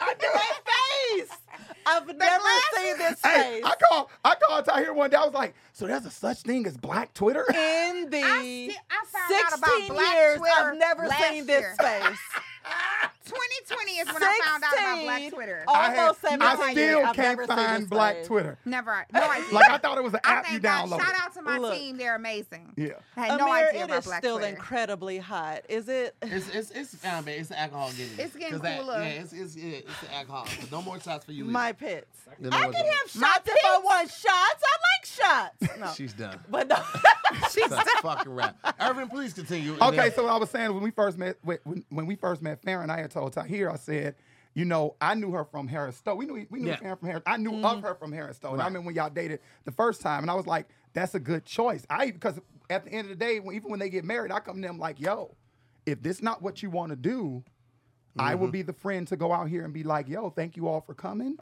S4: I do.
S2: face. I've never seen this
S4: Hey,
S2: face
S4: I called. I called out here one day. I was like, "So there's a such thing as black Twitter?"
S2: in the
S3: I see- I found out about
S2: 16
S3: Black
S2: years
S3: Twitter
S2: I've never
S3: last
S2: seen this
S3: year.
S2: face.
S3: 2020 is when I found out about Black
S2: 16.
S3: Twitter.
S2: Oh.
S4: I,
S2: almost
S4: had,
S2: 17
S4: I still
S2: years. I've
S4: can't
S2: never seen
S4: find
S2: this
S4: black
S2: face.
S4: Twitter.
S3: Never. No idea.
S4: Like I thought it was an
S3: I
S4: app you
S3: thank God.
S4: downloaded.
S3: Shout out to my
S2: Look.
S3: team. They're amazing.
S4: Yeah.
S3: I had no
S2: Amir,
S3: idea
S2: it
S3: about
S2: is
S3: Black
S2: still
S3: Twitter.
S2: incredibly hot. Is it?
S1: It's it's it's I mean, it's the alcohol getting.
S3: It's getting
S1: 'Cause that-
S3: cooler.
S1: Yeah, it's it's yeah, it's the alcohol. But no more shots for you.
S2: My
S1: either.
S2: pits.
S1: You know
S2: I
S1: what
S2: can
S1: though?
S2: have
S3: My
S2: shots if I
S3: pits?
S2: want shots. I like shots. No,
S1: She's done.
S2: but no.
S1: She's a fucking rap. Irvin, please continue. and
S4: Okay,
S1: then-
S4: so what I was saying when we first met, when, when we first met, Farron, I had told Tahir, I said, you know, I knew her from Harris Stowe. We knew we knew
S1: Yeah. Mm-hmm.
S4: Farron from Harris. I knew of her from Harris Stowe. And I
S1: Right.
S4: remember when y'all dated the first time, and I was like, that's a good choice. I because at the end of the day, when, even when they get married, I come to them like, yo, if this not what you want to do. I
S1: Mm-hmm.
S4: will be the friend to go out here and be like, "Yo, thank you all for coming."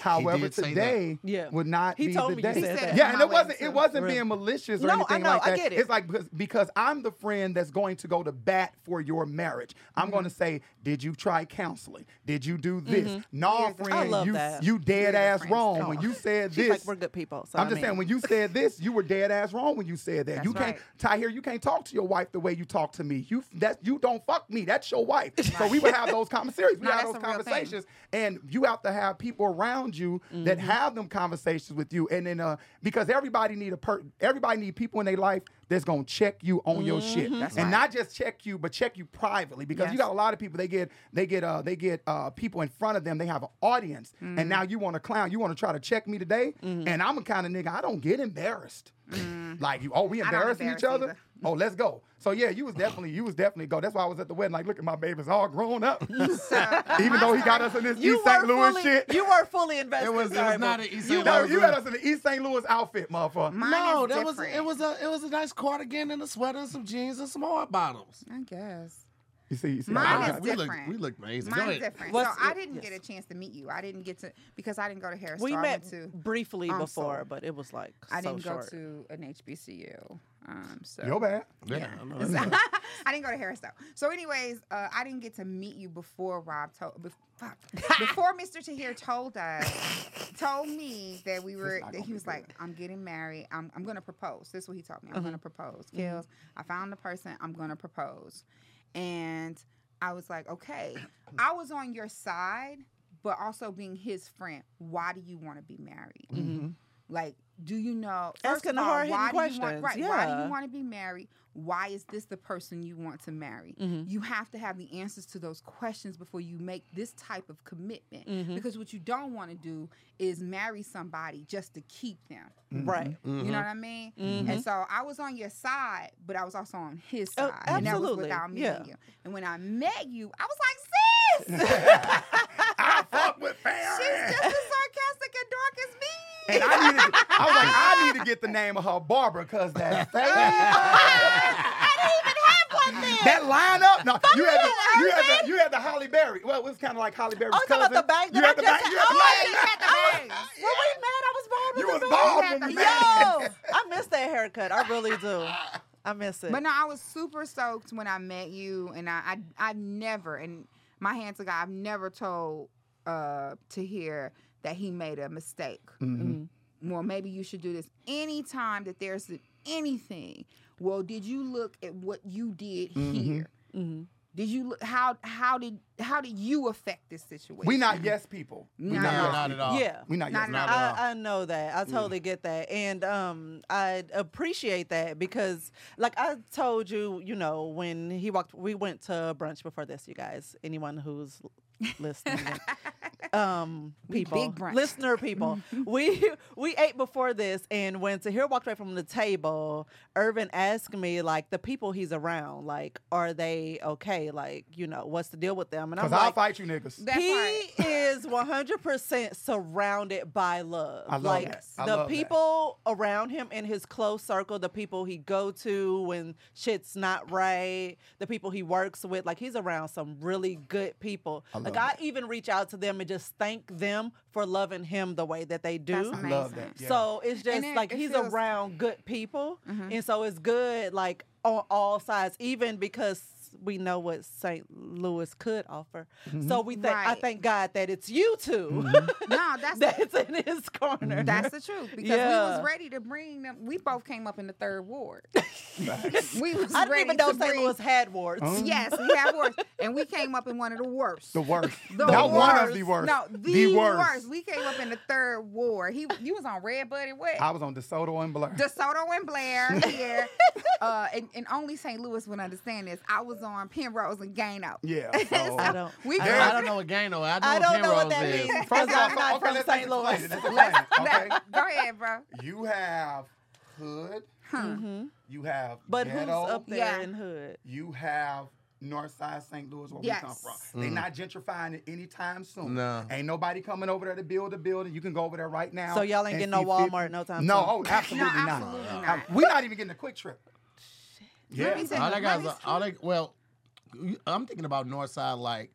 S4: However,
S1: did say that.
S4: today
S2: Yeah.
S4: would not
S2: He
S4: be
S2: told
S4: the
S2: me you
S4: day.
S2: said He
S3: said that.
S4: yeah,
S3: that
S4: and
S3: my
S4: it
S3: way,
S4: wasn't
S3: too.
S4: it wasn't
S2: Real.
S4: being malicious or
S2: No, I
S4: anything
S2: know,
S4: like
S2: I
S4: that.
S2: get it.
S4: It's like like because, because I'm the friend that's going to go to bat for your marriage. I'm going
S2: Mm-hmm.
S4: to say, did you try counseling? Did you do this? No,
S3: You're the- I
S4: friend,
S2: love
S4: you
S2: that.
S4: you dead
S3: the
S4: ass
S3: friend.
S4: wrong
S3: Come
S4: when
S3: on.
S4: you said
S2: She's
S4: this.
S2: like, we're good people. So
S4: I'm
S2: I
S4: just
S2: mean.
S4: saying when you said this, you were dead ass wrong when you said that. you
S3: That's
S4: can't
S3: right.
S4: Ty here, you can't talk to your wife the way you talk to me. You that you don't fuck me. That's your wife. So we would have those conversations. We
S3: No,
S4: have
S3: that's
S4: those
S3: a real thing.
S4: conversations and you have to have people around you that
S3: Mm-hmm.
S4: have them conversations with you and then uh because everybody need a per everybody need people in their life that's gonna check you on your shit
S3: Mm-hmm. That's
S4: and
S3: right.
S4: not just check you but check you privately because you
S3: Yes.
S4: got a lot of people they get they get uh they get uh people in front of them they have an audience
S3: Mm-hmm.
S4: and now you want to clown you want to try to check me today and i'm a kind of nigga i don't get embarrassed like you oh we
S3: Mm. don't
S4: embarrassing each
S3: embarrass
S4: other
S3: either.
S4: oh let's go so yeah you was definitely you was definitely go that's why i was at the wedding like look at my baby's all grown up even though he got us in this
S2: Uh, you
S4: East
S2: were
S4: St. Louis
S2: fully,
S4: shit.
S2: you were fully invested.
S1: it was it
S2: sorry,
S1: was not
S2: but-
S1: an East
S4: You,
S1: St.
S4: no,
S1: Louis
S4: you
S1: girl.
S4: had us in the East St. Louis outfit, motherfucker.
S3: Mine
S1: No,
S3: is
S1: that was
S3: different.
S1: it was a it was a nice cardigan and a sweater and some jeans and some hard bottoms.
S3: I guess.
S4: you see, you see,
S3: Mine
S4: I-
S3: is
S1: we
S4: I-
S1: look-
S3: different.
S1: we look amazing. Go
S3: Mine's
S1: ahead.
S3: different.
S2: What's
S3: so I
S2: it-
S3: didn't get a chance to meet you. I didn't get to because I didn't go to Harris.
S2: We
S3: so I
S2: met
S3: went to
S2: briefly
S3: um,
S2: before,
S3: so-
S2: but it was like
S3: I
S2: so
S3: didn't
S2: short.
S3: go to an HBCU. Um, so
S4: your bad.
S1: Yeah, I know.
S3: I didn't go to Harris though. So, anyways, uh, I didn't get to meet you before Rob told bef- fuck. before Mr. Tahir told us told me that we were
S4: not
S3: that
S4: gonna
S3: he
S4: be
S3: was
S4: good. Uh-huh.
S3: like, I'm getting married. I'm I'm gonna propose. This is what he told me. I'm gonna propose.
S4: Mm-hmm.
S3: Kills. I found the person. I'm gonna propose, and I was like, okay. I was on your side, but also being his friend. Why do you want to be married?
S2: Mm-hmm.
S1: Mm-hmm.
S3: Like, do you know? first
S2: Asking
S3: of
S2: the
S3: all,
S2: hard-hitting
S3: why do you want-
S2: questions,
S3: right? Why do
S2: yeah.
S3: you want to be married? Why is this the person you want to marry?
S2: Mm-hmm.
S3: You have to have the answers to those questions before you make this type of commitment.
S2: Mm-hmm.
S3: Because what you don't want to do is marry somebody just to keep them.
S2: Right.
S1: Mm-hmm.
S3: You know what I mean?
S2: Mm-hmm.
S3: And so I was on your side, but I was also on his
S2: Oh,
S3: side. and that was
S2: absolutely.
S3: without meeting
S2: Yeah.
S3: you. And when I met you, I was like, sis,
S4: I fuck with Farrah.
S3: she's just as sarcastic and dark as me.
S4: and I, needed, I was like, I need to get the name of her Barbara because that face.
S2: I didn't even have one then.
S4: that lineup. No, you had the you had the you had the Holly Berry. Well, it was kind of like Holly Berry's
S2: Oh, you talking
S4: cousin.
S2: about the bag
S4: you
S2: that
S4: had
S2: I
S4: the
S2: just
S4: bag. You
S2: had?
S4: had the
S2: Oh,
S4: bag.
S2: yeah. Were we mad? I was bald with
S4: You
S2: the
S4: was
S2: beard.
S4: bald
S3: had
S4: when
S3: the
S4: we
S2: Yo,
S4: met.
S2: I miss that haircut. I really do. I miss it.
S3: But no, I was super stoked when I met you, and I, I I've never, and my hand to God, I've never told uh to hear that he made a mistake.
S4: Mm.
S2: Mm-hmm.
S3: Well, maybe you should do this anytime that there's anything. Well, did you look at what you did
S4: Mm-hmm.
S3: here?
S2: Mm-hmm.
S3: Did you look how how did how did you affect this situation?
S4: We not yes people. We
S3: No.
S4: not
S1: No,
S4: yes
S1: not at
S4: people.
S1: all.
S2: Yeah.
S4: We not
S3: Not
S4: yes
S3: at
S4: people.
S1: Not at all.
S2: I, I know that. I totally get that. And um, I appreciate that because, like I told you, you know, when he walked, we went to brunch before this, you guys. Anyone who's listening. Um, people,
S3: big brunch.
S2: listener people, we we ate before this, and when Tahir walked away from the table, Irvin asked me like the people he's around, like, are they okay? Like, you know, what's the deal with them? And I'm
S4: Cause I'll
S2: like,
S4: fight you niggas.
S3: That
S2: he
S3: part.
S2: is 100% surrounded by love.
S4: I love
S2: like
S4: that. I
S2: the
S4: love that.
S2: people around him in his close circle, the people he go to when shit's not right, the people he works with, like he's around some really good people. like I even reach out to them and just thank them for loving him the way that they do.
S3: That's
S4: I love
S3: Amazing.
S4: that. Yeah.
S2: So it's just
S3: it-
S2: like
S3: it
S2: he's
S3: feels- Mm-hmm.
S2: around good people, and so it's good like on all sides, even because we know what St. Louis could offer.
S4: Mm-hmm.
S2: So we thank I
S3: Right.
S2: thank God that it's you 2
S3: no, that's
S2: that's in his
S4: Mm-hmm.
S2: corner.
S3: That's the truth because we
S2: Yeah.
S3: was ready to bring them. We both came up in the third ward.
S4: Facts.
S3: We was
S2: I didn't
S3: ready
S2: even know
S3: to
S2: St.
S3: bring,
S2: Louis had wards.
S4: Oh.
S3: Yes, we had worst, and we came up in one of the worst.
S4: the worst.
S3: The
S4: not one of
S3: worst.
S4: the worst.
S3: No, the,
S4: worst.
S3: worst. We came up in the third ward. He, you was on Red Buddy what?
S4: I was on DeSoto and Blair.
S3: DeSoto and Blair here, uh, and, and only St. Louis would understand this. I was on Penrose and Gaino.
S4: yeah.
S2: I
S4: So.
S2: don't.
S3: We
S1: I, I don't know what Gaino. I know
S2: I don't know
S1: Penrose
S2: what that
S1: is.
S2: means
S4: First
S2: because
S4: off,
S2: I'm not
S4: okay,
S2: from
S4: let's
S2: St.
S4: explain
S2: Louis.
S4: it. Let's explain it, okay?
S3: Go ahead, bro.
S4: You have hood. You have
S2: But who's
S4: ghetto.
S2: up there
S3: Yeah.
S2: in hood?
S4: You have Northside St. Louis, where we come
S3: Yes.
S4: from. They not gentrifying it anytime soon.
S1: No.
S4: Ain't nobody coming over there to build a building. You can go over there right now.
S2: So y'all ain't getting
S4: and
S2: no
S4: see
S2: Walmart no time
S4: No,
S2: soon.
S4: oh, absolutely,
S3: No,
S4: not.
S3: absolutely
S4: Uh,
S3: not.
S4: We're not even getting a quick trip. Yeah.
S3: Mommy's in
S1: All
S3: the
S1: I got is
S3: money's
S1: all I, well, you- I'm thinking about Northside like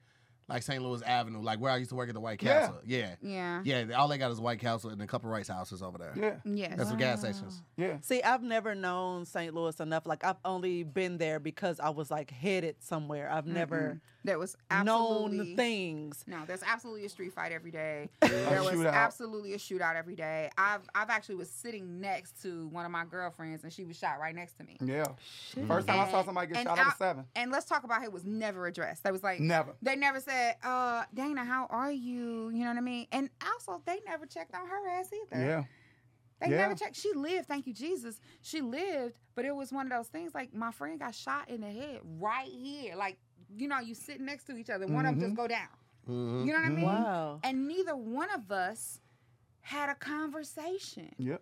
S1: like St. Louis Avenue, like where I used to work at the White
S4: Yeah.
S1: Castle. Yeah.
S3: Yeah.
S1: Yeah, all they got is White Castle and a couple rice houses over there.
S4: Yeah.
S3: Yes.
S1: And some gas stations.
S4: Yeah.
S2: See, I've never known St. Louis enough. Like I've only been there because I was like headed somewhere. I've never
S3: That was
S2: known
S3: absolutely
S2: things.
S3: No, there's absolutely a street fight every day. There was
S4: shootout.
S3: absolutely a shootout every day. I've I've actually was sitting next to one of my girlfriends and she was shot right next to me.
S4: Yeah. First time I saw somebody get
S3: And
S4: shot, I was
S3: out-
S4: seven.
S3: And let's talk about it was never addressed. They was like
S4: Never.
S3: They never said, uh, Dana, how are you? You know what I mean? And also they never checked on her ass either.
S4: Yeah.
S3: They
S4: Yeah.
S3: never checked. She lived, thank you, Jesus. She lived, but it was one of those things like my friend got shot in the head right here. Like, you know, you sit next to each other, one of them
S4: Mm-hmm.
S3: just go down.
S1: Mhm.
S3: You know what I mean?
S2: Wow.
S3: And neither one of us had a conversation.
S4: Yeah.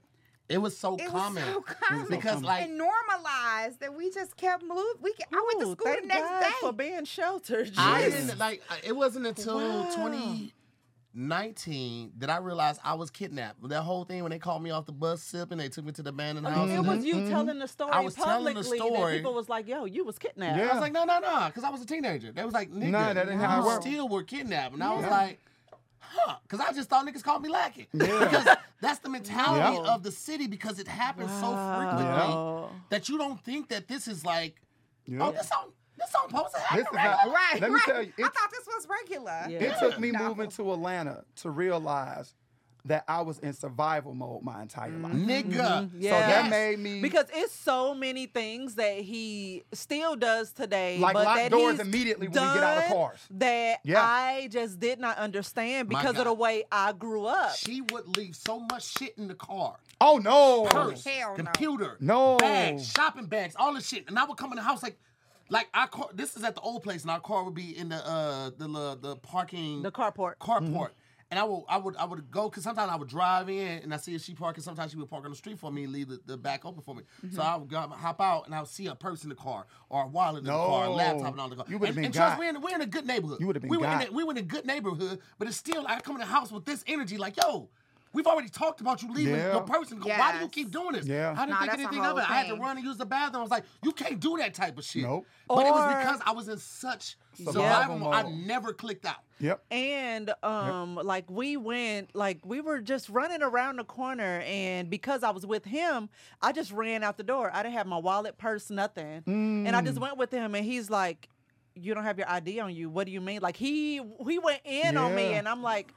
S1: It was so
S3: It
S1: common.
S3: was so common
S1: Because like
S3: and normalized that we just kept moving. We ke- I went to
S2: Ooh,
S3: school the
S2: thank
S3: next
S2: God
S3: day.
S2: for being sheltered.
S1: I
S2: Jeez.
S1: didn't like I- it wasn't until
S2: Wow.
S1: 2019 that I realized I was kidnapped. That whole thing when they called me off the bus sip and they took me to the abandoned house.
S2: It was you
S4: Mm-hmm.
S2: telling the story
S1: I was telling the
S2: publicly
S1: story.
S2: that people was like, "Yo, you was kidnapped."
S1: I
S4: Yeah.
S1: was like, no, no, no, because I was a teenager. They was like, nigga,
S4: Nah, that ain't how it
S1: you
S4: works.
S1: still were kidnapped. And I was like, huh, because I just thought niggas called me lacking. Because that's the mentality
S4: Yeah.
S1: of the city because it happens so frequently
S2: Wow.
S1: that you don't think that this is like,
S4: Yeah.
S1: oh, this don't, this don't supposed to happen
S4: This is
S1: regular.
S4: not-
S3: Right,
S4: Let me
S3: right.
S4: tell you,
S3: I
S4: it-
S3: thought this was regular.
S2: Yeah.
S4: It took me
S3: No.
S4: moving to Atlanta to realize that I was in survival mode my entire
S3: Mm.
S4: life.
S1: Nigga.
S2: Yeah.
S4: So that
S1: Yes.
S4: made me
S2: Because it's so many things that he still does today.
S4: Like
S2: but
S4: lock
S2: that
S4: doors
S2: he's
S4: immediately when we get out of
S2: done
S4: cars.
S2: That
S4: Yeah.
S2: I just did not understand
S1: My
S2: because of
S1: God.
S2: the way I grew up.
S1: She would leave so much shit in the car.
S4: Oh no.
S1: Purse,
S3: hell no.
S1: computer,
S4: No.
S1: bags, shopping bags, all this shit. And I would come in the house like, like our car. This is at the old place, and our car would be in the uh the the, the parking
S2: the carport.
S1: carport.
S4: Mm-hmm.
S1: And I would I would I would go because sometimes I would drive in and I see if she parking. Sometimes she would park on the street for me and leave the, the back open for me. So I would go, hop out and I would see a purse in the car or a wallet in the car, a
S4: No.
S1: laptop and all the car.
S4: You would've
S1: And-
S4: been
S1: And trust
S4: got.
S1: we're in, we're in a good neighborhood.
S4: You would've been
S1: we were in
S4: got.
S1: a, we were in a good neighborhood, but it's still I come in the house with this energy like yo. We've already talked about you leaving
S4: Yeah.
S1: your person. Why do you
S3: Yes.
S1: keep doing this?
S4: Yeah.
S1: I didn't think
S3: Nah, that's a
S1: anything of it.
S3: whole
S1: I had to
S3: thing.
S1: run and use the bathroom. I was like, you can't do that type of shit.
S4: Nope.
S1: But it was
S2: Or-
S1: because I was in such survival
S4: Survival
S1: mode. I
S4: mode.
S1: never clicked out.
S4: Yep.
S2: And um, like we went, like we were just running around the corner, and because I was with him, I just ran out the door. I didn't have my wallet, purse, nothing, and I
S4: Mm.
S2: just went with him. And he's like, "You don't have your ID on you. What do you mean?" Like he he went in on me,
S4: Yeah.
S2: and I'm like,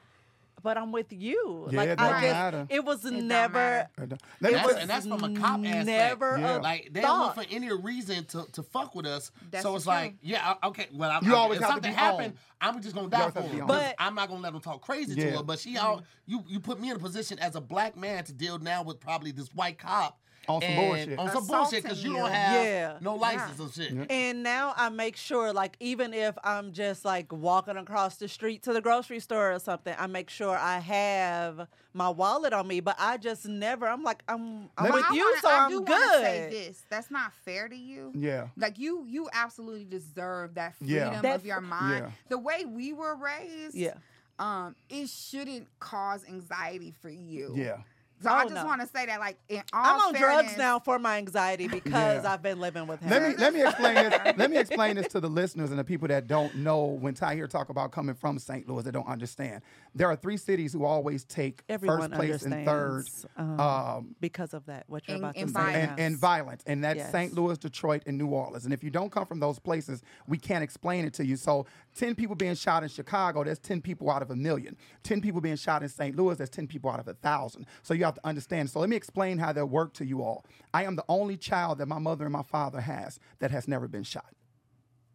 S2: "But I'm with you."
S4: Yeah,
S2: like
S4: it
S2: I
S4: don't
S2: just,
S4: matter.
S2: it was
S3: don't
S2: never.
S3: matter.
S4: And th-
S2: It
S4: let me-
S1: That's,
S2: was
S1: and that's from a cop aspect.
S2: never
S4: Yeah.
S2: a
S1: Like they
S2: thought.
S1: don't look for any reason to, to fuck with us.
S3: That's
S1: so
S3: the
S1: it's like,
S3: truth.
S1: yeah, I- okay. Well, I'm,
S4: You
S1: I'm-
S4: always
S1: if
S4: have to
S1: something
S4: be
S1: happened,
S4: on.
S1: I'm just gonna
S4: You
S1: die
S4: always
S1: for
S4: have to be
S1: her.
S4: on.
S1: But
S2: But-
S1: I'm not gonna let them talk crazy to
S4: Yeah.
S1: her. But she, all, you you put me in a position as a black man to deal now with probably this white cop
S4: On some
S1: and-
S4: bullshit.
S1: on some bullshit because
S3: Assaulting
S1: you
S3: you.
S1: don't have
S2: Yeah.
S1: no license or shit.
S2: And now I make sure, like, even if I'm just like walking across the street to the grocery store or something, I make sure I have my wallet on me. But I just never. I'm like, I'm, I'm
S4: Let me-
S2: with
S4: But
S3: I
S2: you,
S3: wanna-
S2: so
S3: I
S2: I'm
S3: do
S2: good.
S3: wanna say this. That's not fair to you.
S4: Yeah.
S3: Like you, you absolutely deserve that
S4: Yeah.
S3: freedom
S2: That
S3: of your
S2: fr-
S3: mind.
S4: Yeah.
S3: The way we were raised,
S2: Yeah.
S3: um, it shouldn't cause anxiety for you.
S4: Yeah.
S3: So I
S2: Oh,
S3: just
S2: no.
S3: want to say that, like, in all
S2: I'm on drugs
S3: fairness-
S2: now for my anxiety because
S4: Yeah.
S2: I've been living with him.
S4: Let me let me explain this. Let me explain this to the listeners and the people that don't know when Ty here talk about coming from St. Louis that don't understand. There are three cities who always take
S2: Everyone
S4: first place and third
S2: understands, um,
S4: um,
S2: because of that, what you're
S3: And-
S2: about to
S3: and
S2: say.
S3: violence.
S2: now.
S4: and, and violence. And that's
S2: Yes.
S4: St. Louis, Detroit, and New Orleans. And if you don't come from those places, we can't explain it to you. So 10 people being shot in Chicago, that's 10 people out of a million. 10 people being shot in St. Louis, that's 10 people out of a thousand. So you have to understand. So let me explain how that worked to you all. I am the only child that my mother and my father has that has never been shot.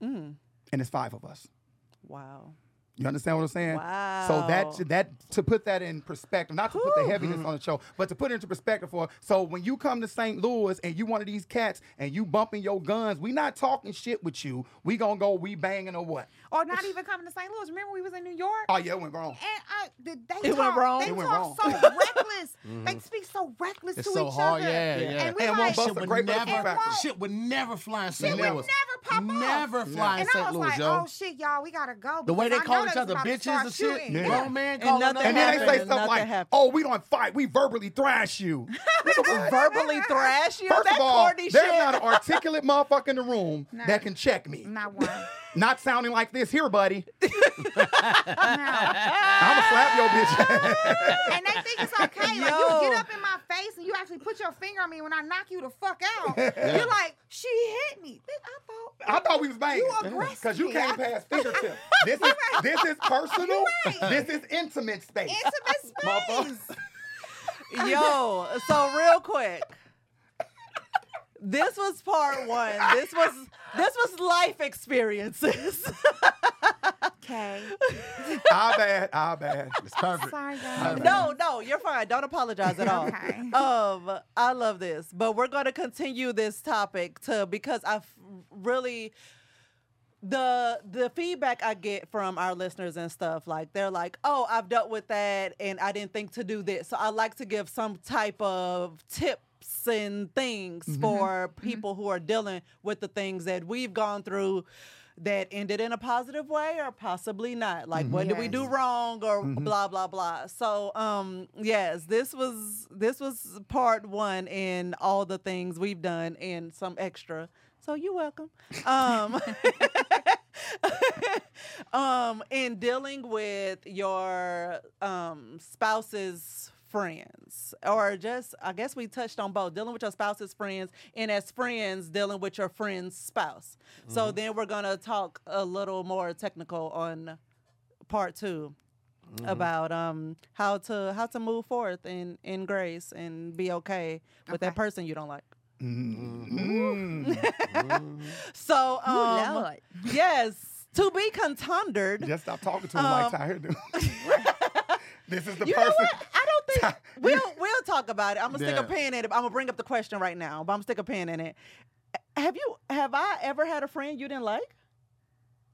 S2: Mm.
S4: And it's five of us.
S2: wow.
S4: You understand what I'm saying? So that
S2: Wow.
S4: that to put that in perspective, not to put the heaviness on the show, but to put it into perspective for so when you come to St. Louis and you one of these cats and you bumping your guns, we not talking shit with you. We gonna go we banging or what?
S3: or not even coming to St. Louis. Remember, we was in New York.
S4: Oh yeah, it went wrong.
S3: and I, th- they
S2: It went
S3: talk,
S2: wrong.
S3: They
S4: It went
S3: talk
S4: wrong.
S3: so reckless. They speak so reckless
S1: Mm-hmm. It's
S3: to
S1: so
S3: each
S1: hard,
S3: other.
S1: yeah, yeah.
S3: And we
S4: And won't
S3: like,
S4: bust
S1: Shit
S4: It's a
S1: would,
S4: great motherfucking
S1: never,
S4: factor.
S1: shit would never fly in St.
S3: would
S1: Louis.
S3: never pop off.
S1: Never fly in
S3: and I
S1: St.
S3: was
S1: Louis,
S3: like,
S1: yo.
S3: oh shit, y'all, we gotta go.
S1: the way they
S3: because I know
S1: call each
S3: they was
S1: other
S3: about to
S1: bitches
S3: start
S1: and shit.
S3: shooting.
S4: Yeah.
S1: Grown man
S2: And
S1: calling
S2: nothing
S1: other
S4: And then they
S1: man.
S4: say
S2: happened.
S4: stuff
S2: Nothing
S4: like,
S2: happened.
S4: "Oh, we don't fight. We verbally thrash you."
S2: verbally thrash you.
S4: First
S2: that
S4: of all,
S2: corny
S4: there's
S2: shit.
S4: not an articulate motherfucker in the room
S3: Nah.
S4: that can check me.
S3: Not one.
S4: Not sounding like this here, buddy.
S3: No.
S4: I'ma slap your bitch. ass.
S3: and they think it's okay. Like you
S2: Yo.
S3: get up in my face and you actually put your finger on me when I knock you the fuck out. You're like, she hit me. Bitch, I thought
S4: I thought we was banging.
S3: You aggressive.
S4: Cause you came
S3: I-
S4: past fingertip. This is this is personal. This is intimate space.
S3: intimate space.
S2: Yo, so real quick. This was part one. This was this was life experiences.
S3: Okay.
S4: I bad. I bad.
S1: It's perfect.
S3: Sorry, guys.
S2: no, no, you're fine. Don't apologize at all.
S3: Okay.
S2: Um, I love this, but we're gonna continue this topic to because I f- really the the feedback I get from our listeners and stuff like they're like, "Oh, I've dealt with that and I didn't think to do this." So I like to give some type of tips and things for people who are dealing with the things that we've gone through that ended in a positive way or possibly not. Like what did we do
S3: Yes.
S2: wrong or blah blah blah. So um yes, this was this was part 1 in all the things we've done and some extra. So you're welcome. Um um in dealing with your um spouse's friends or just i guess we touched on both dealing with your spouse's friends and as friends dealing with your friend's spouse so then we're gonna talk a little more technical on part 2 about um how to how to move forth in in grace and be okay with that person you don't like
S4: Mm-hmm.
S2: so um
S3: Lord.
S2: yes to be contendered
S4: Just stop talking to him like Ty here do. this is the
S2: You know
S4: person.
S2: what? I don't think we'll we'll talk about it. I'm gonna stick
S1: Yeah.
S2: a pin in it. I'm gonna bring up the question right now, but I'm gonna stick a pin in it. Have you have I ever had a friend you didn't like?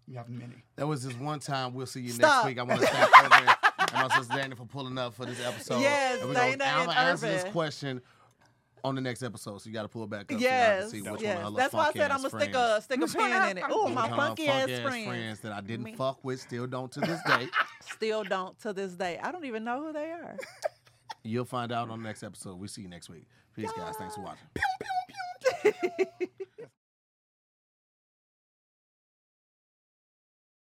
S4: You have many.
S1: That was this one time. We'll see you
S2: Stop.
S1: next week. I want to thank Irvin and my sister Dana for pulling up for this episode.
S2: Yes,
S1: and we're gonna-
S2: Dana
S1: I'm
S2: and
S1: gonna answer this
S2: Irvin.
S1: question on the next episode. So you got to pull back up.
S2: yes,
S1: So y'all can see which one of
S2: yes.
S1: her little
S2: That's why I
S1: funky-ass
S2: said I'm gonna stick
S1: friends.
S2: a stick a
S3: Which one of
S2: pin
S3: her
S2: in it.
S3: funky-
S2: Oh,
S3: Which
S2: my
S1: One of her
S2: funky ass
S1: funky-ass
S2: friends.
S1: friends that I didn't
S2: Me.
S1: fuck with, still don't to this day.
S2: Still don't to this day. I don't even know who they are.
S1: You'll find out on the next episode. We'll see you next week. Peace, guys. Thanks for watching.